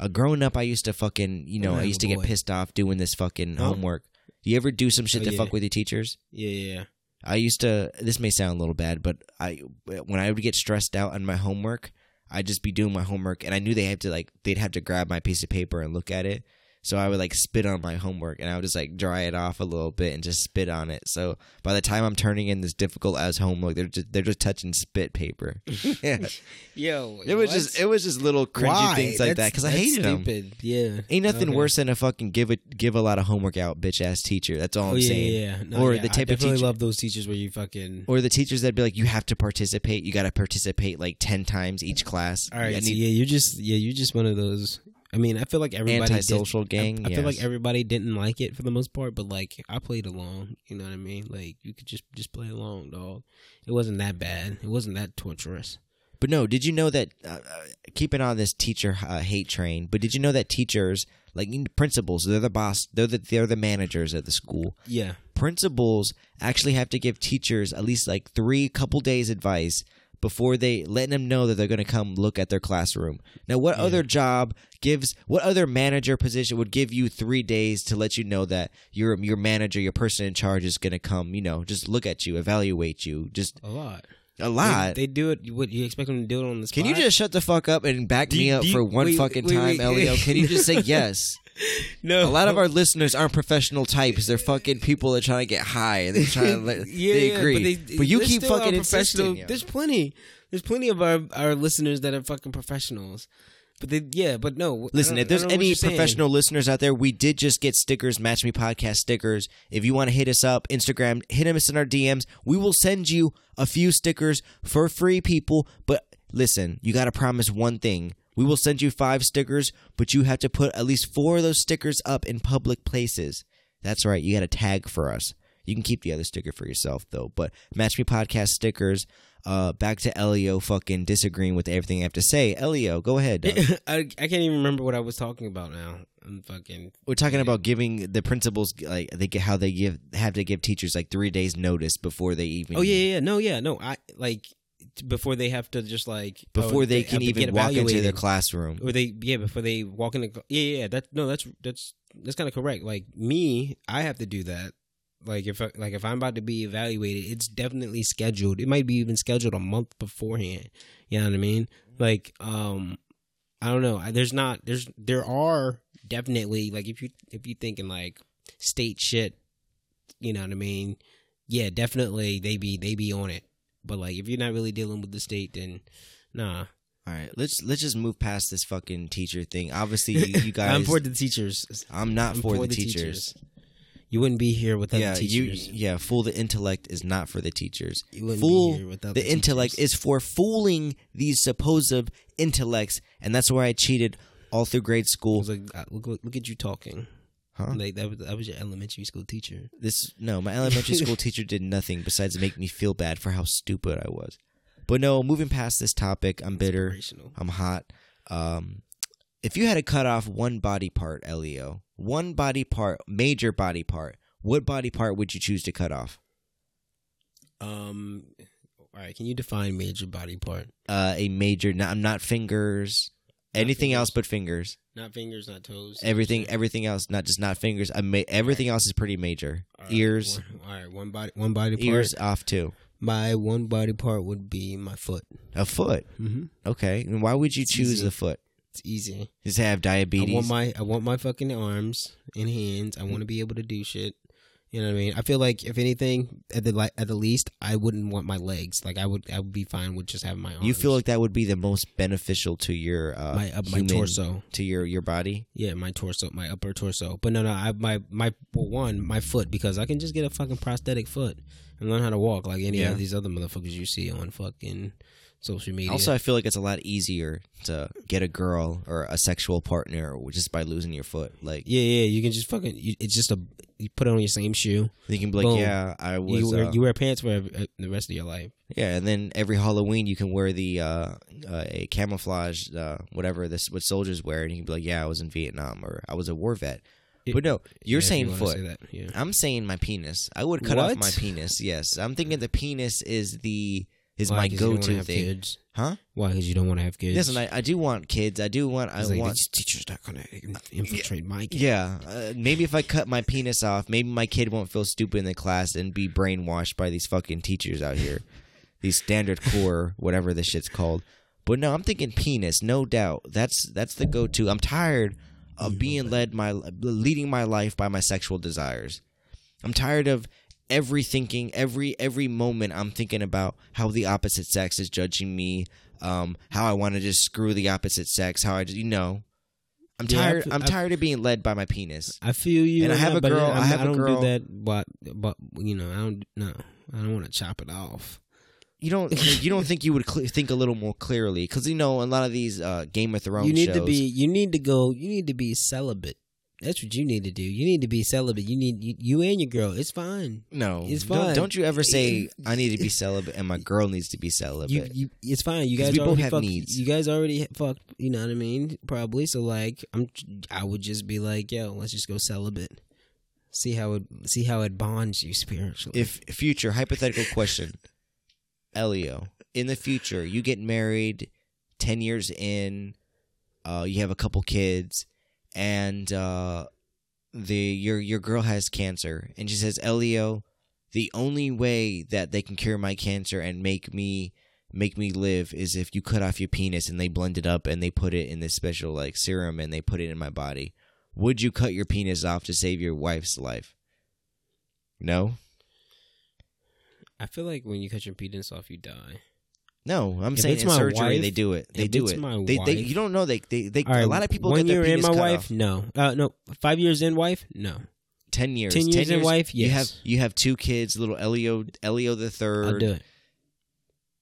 A: uh, growing up, I used to fucking you know
B: Oh,
A: I used to get
B: boy.
A: pissed off doing this fucking
B: Huh?
A: homework. Do you ever do some shit
B: Oh,
A: to
B: yeah.
A: fuck with your teachers?
B: Yeah, yeah.
A: I used to. This may sound a little bad, but I when I would get stressed out on my homework, I'd just be doing my homework, and I knew they had to like they'd have to grab my piece of paper and look at it. So I would like spit on my homework, and I would just like dry it off a little bit and just spit on it. So by the time I'm turning in this difficult as homework, they're just they're just touching spit paper. yeah,
B: Yo,
A: it was just it was just little cringy things like that because I hated them.
B: stupid. Yeah,
A: Ain't nothing
B: Okay.
A: worse than a fucking give a give a lot of homework out bitch ass teacher. That's all
B: Oh,
A: I'm
B: yeah,
A: saying
B: yeah, yeah. No,
A: Or
B: yeah,
A: the type
B: I
A: of
B: definitely
A: teacher-
B: love those teachers where you fucking.
A: or the teachers that'd be like, "You have to participate. You got to participate like ten times each class."
B: All right,
A: I
B: so
A: need
B: yeah, you're just yeah, you're just one of those. I mean, I feel like everybody did,
A: antisocial gang.
B: I, I feel like
A: yes.
B: everybody didn't like it for the most part, but like I played along. You know what I mean? Like you could just just play along, dog. It wasn't that bad. It wasn't that torturous.
A: but no, did you know that? Uh, uh, keeping on this teacher uh, hate train, but did you know that teachers, like you know, principals, they're the boss. They're the they're the managers at the school.
B: Yeah.
A: Principals actually have to give teachers at least like three couple days advice before they letting them know that they're going to come look at their classroom. Now, what
B: Yeah.
A: other job gives what other manager position would give you three days to let you know that your your manager, your person in charge, is going to come? You know, just look at you, evaluate you, just
B: A lot.
A: a lot.
B: They, they do it. What you expect them to do it on the spot?
A: can you just shut the fuck up and back
B: Do
A: me
B: you-
A: up
B: do you-
A: for one
B: wait,
A: fucking
B: wait,
A: time,
B: wait.
A: Elio? Can you just say yes?
B: no,
A: A lot of our listeners aren't professional types. They're fucking people that trying to get high and they're trying to. Let,
B: yeah,
A: they
B: yeah,
A: agree.
B: but,
A: but,
B: they-
A: you
B: they're
A: keep
B: still
A: fucking
B: our
A: insisting.
B: professional-
A: yo.
B: There's plenty. There's plenty of our, our listeners that are fucking professionals. But they, yeah, but no. I
A: Listen,
B: don't-
A: if there's
B: I don't know what
A: any
B: you're saying.
A: professional listeners out there, we did just get stickers, Match Me Podcast stickers. If you want to hit us up, Instagram, hit us in our DMs. We will send you a few stickers for free, people. But listen, you got to promise one thing. We will send you five stickers, but you have to put at least four of those stickers up in public places. That's right. You got to tag for us. You can keep the other sticker for yourself, though. But Match Me Podcast stickers. Uh, back to Elio fucking disagreeing with everything I have to say. Elio, go ahead. dog.
B: I, I can't even remember what I was talking about now. I'm fucking.
A: We're talking about giving the principals like they get how they give have to give teachers like three days notice before they even
B: Oh yeah, yeah, yeah. no, yeah, no. I like t- before they have to just like oh,
A: before they can
B: have to
A: even
B: get
A: walk into their
B: evaluated.
A: classroom.
B: or they yeah before they walk in the cl- yeah yeah yeah, that no that's that's that's kind of correct like me i have to do that like if I, like if i'm about to be evaluated it's definitely scheduled it might be even scheduled a month beforehand you know what i mean like um i don't know I- there's not there's there are definitely like if you if you thinking like state shit you know what i mean yeah definitely they be they be on it but like if you're not really dealing with the state then nah
A: All right, let's let's just move past this fucking teacher thing. Obviously, you, you guys,
B: i'm for the teachers
A: I'm not
B: I'm
A: for, the, teachers.
B: You wouldn't be here without
A: Yeah,
B: the
A: you,
B: teachers.
A: yeah, fool the intellect is not for the teachers.
B: You wouldn't
A: fool
B: be here without
A: the intellect
B: teachers.
A: is for fooling these supposed intellects, and that's where I cheated all through grade
B: I
A: school.
B: was like, uh, look, look, look at you talking.
A: Huh?
B: Like that was that was your elementary school teacher.
A: this no my elementary school teacher did nothing besides make me feel bad for how stupid i was but no moving past this topic i'm bitter
B: Inspirational.
A: i'm hot um if you had to cut off one body part elio one body part major body part what body part would you choose to cut off
B: Um, all right. Can you define major body part?
A: uh a major not, not fingers
B: Not
A: anything
B: fingers.
A: else but fingers
B: Not fingers, not toes.
A: everything everything else not just not fingers I ma- everything else is pretty major
B: All right,
A: ears
B: one- all right. One body. One body Uh, part.
A: ears off too
B: My one body part would be my foot.
A: a foot
B: Mm-hmm.
A: okay and why would you
B: It's
A: choose
B: easy.
A: the foot
B: It's easy.
A: Just have diabetes.
B: I want my I want my fucking arms and hands. I want to be able to do shit. You know what I mean? I feel like if anything, at the li- at the least, I wouldn't want my legs. Like I would I would be fine with just having my arms.
A: you feel like that would be the most beneficial to your uh,
B: my uh, my
A: human-
B: torso.
A: to your your body.
B: Yeah, my torso, my upper torso. But no, no, I my my well, one my foot because I can just get a fucking prosthetic foot and learn how to walk like any
A: Yeah.
B: of these other motherfuckers you see on fucking social media.
A: Also, I feel like it's a lot easier to get a girl or a sexual partner just by losing your foot. Like
B: yeah, yeah, you can just fucking. You, it's just a you put it on your same shoe.
A: you can be like,
B: Boom.
A: yeah, I was.
B: You wear,
A: uh,
B: you wear pants for uh, the rest of your life.
A: yeah, and then every Halloween you can wear the uh, uh, a camouflage uh, whatever this what soldiers wear, and you can be like, yeah, I was in Vietnam or I was a war vet.
B: It-
A: But no,
B: Yeah,
A: you're
B: if you
A: saying
B: wanna
A: foot.
B: say that, yeah.
A: I'm saying my penis. I would cut off
B: What?
A: my penis. Yes, I'm thinking the penis is the is
B: Why?
A: my
B: 'Cause you don't
A: go
B: wanna
A: to
B: have
A: thing,
B: Kids.
A: huh?
B: Why? Because you don't want to have kids.
A: Listen, I, I do want kids. I do want. I
B: It's like,
A: want.
B: these teachers not gonna in- infiltrate my kid.
A: Yeah, uh, maybe if I cut my penis off, maybe my kid won't feel stupid in the class and be brainwashed by these fucking teachers out here, these standard core, whatever this shit's called. But no, I'm thinking penis, no doubt. That's that's the go-to. I'm tired of being led my leading my life by my sexual desires. I'm tired of every thinking, every every moment. I'm thinking about how the opposite sex is judging me, um, how I want to just screw the opposite sex, how I just you know. I'm
B: Yeah, I
A: tired.
B: feel-
A: I'm
B: I-
A: tired of being led by my penis.
B: I feel you.
A: And I
B: on
A: have
B: that,
A: a
B: but
A: girl-
B: I'm-
A: I have a
B: don't
A: girl-
B: do that, but but you know, I don't. No, I don't want to chop it off.
A: You don't. you don't think you would cle think a little more clearly because you know a lot of these uh, Game of Thrones.
B: you need to
A: shows-
B: be. You need to go. You need to be celibate. That's what you need to do. You need to be celibate. You need you, you and your girl. It's fine.
A: No,
B: It's
A: don't- Don't,
B: fine.
A: you ever say
B: It-
A: I need to be celibate and my girl needs to be
B: You,
A: celibate.
B: you, it's fine. You
A: 'Cause
B: guys
A: we both
B: already
A: have
B: fucked,
A: needs.
B: You guys already fucked. You know what I mean? Probably. So like, I'm. I would just be like, yo, let's just go celibate. See how it see how it bonds you spiritually.
A: if future hypothetical question, Elio, in the future you get married, ten years in, uh, you have a couple kids, and uh, the your your girl has cancer, and she says, Elio, the only way that they can cure my cancer and make me make me live is if you cut off your penis and they blend it up and they put it in this special like serum and they put it in my body. Would you cut your penis off to save your wife's life? No,
B: I feel like when you cut your penis off, you die.
A: no. I'm
B: If
A: saying
B: it's
A: in
B: my
A: surgery
B: wife-
A: they do it. They
B: if
A: do
B: it's
A: it.
B: my
A: they, they,
B: wife-
A: you don't know. They, they, they.
B: All right,
A: a lot of people
B: One
A: get their
B: year in
A: penis
B: my
A: cut
B: wife,
A: off.
B: no. Uh, no, five years in wife, no.
A: Ten years.
B: 10 years in wife,
A: You have
B: yes.
A: you have two kids. Little Elio, Elio the
B: I'll
A: third.
B: do it.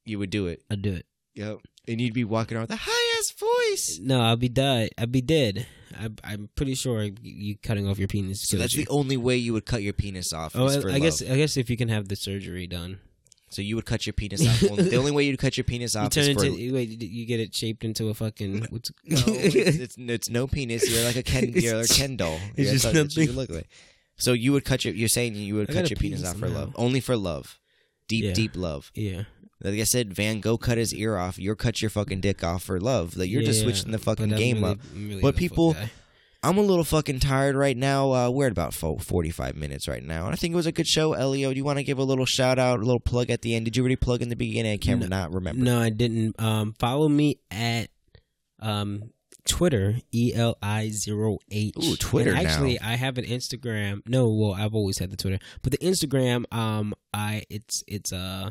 A: You would do it.
B: I'll do it.
A: Yep. And you'd be walking around with the highest voice.
B: No, I'll be died. I'll be dead. I, I'm pretty sure you- you cutting off your penis.
A: So
B: kills
A: that's
B: you.
A: the only way you would cut your penis off.
B: Oh,
A: is
B: I,
A: for
B: I guess
A: love.
B: I guess if you can have the surgery done,
A: So you would cut your penis off. Well, the only way you'd cut your penis
B: you
A: off
B: turn
A: is for
B: into wait, you- you get it shaped into a fucking. What's,
A: No, it's, it's, it's no penis. You're like a Ken. You're a Ken doll.
B: It's
A: Yeah,
B: just
A: that's what you
B: nothing.
A: look like. So you would cut your. You're saying you would
B: I got
A: cut
B: a
A: your penis,
B: penis
A: off for
B: somehow.
A: love, only for love, deep
B: Yeah.
A: deep love.
B: yeah,
A: Like I said, Van Gogh cut his ear off. You're cut your fucking dick off for love. Like you're just
B: Yeah,
A: switching the
B: but
A: fucking
B: I'm
A: game
B: really-
A: up.
B: I'm really
A: But
B: the fuck
A: people-
B: guy.
A: I'm a little fucking tired right now. Uh, we're at about fo- 45 minutes right now, and I think it was a good show. Elio, do you want to give a little shout out, a little plug at the end? Did you already plug in the beginning? I can't
B: No.
A: not remember.
B: No, I didn't. Um, follow me at um Twitter E L I zero H.
A: Ooh, Twitter
B: And
A: now.
B: actually, I have an Instagram. No, well, I've always had the Twitter, but the Instagram. Um, I it's it's uh.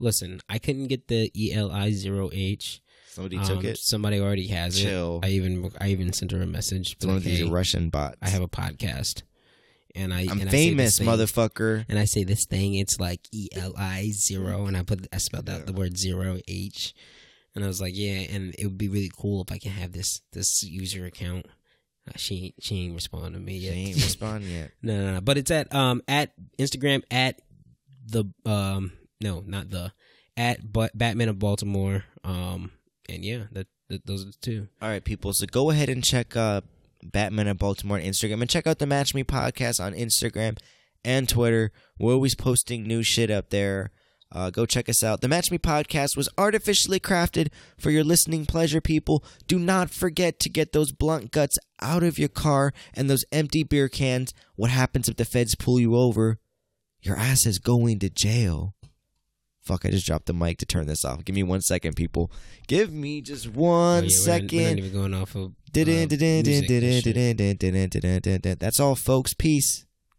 B: Listen, I couldn't get the E L I zero H. Um,
A: Somebody took it.
B: Somebody already has it.
A: Chill.
B: I even I even sent her a message.
A: It's one of
B: like,
A: these
B: "Hey,
A: Russian bots.
B: I have a podcast, and I
A: I'm
B: and I say
A: famous,
B: this thing-
A: motherfucker.
B: And I say this thing. It's like E L I zero, and I put I spelled out the word zero H, and I was like, yeah, and it would be really cool if I can have this this user account. Uh, she ain't- she ain't responding to me
A: She
B: yet.
A: ain't respond yet.
B: no, no, no. But it's at um at Instagram at the um no not the at but Batman of Baltimore um and yeah that, that those are the two.
A: All right, people. So go ahead and check uh, Batman of Baltimore on Instagram and check out the Match Me podcast on Instagram and Twitter. We're always posting new shit up there. Uh, go check us out. The Match Me podcast was artificially crafted for your listening pleasure, people. Do not forget to get those blunt guts out of your car and those empty beer cans. What happens if the feds pull you over? Your ass is going to jail. Fuck, I just dropped the mic to turn this off. Give me one second, people. Give me just
B: Oh, yeah, we're
A: one
B: not-
A: second.
B: We're not even going off of. uh,
A: Dun-dun, dun-dun,
B: music and
A: dun-dun,
B: shit.
A: dun-dun, dun-dun, dun-dun, dun-dun, dun-dun. That's all, folks. Peace.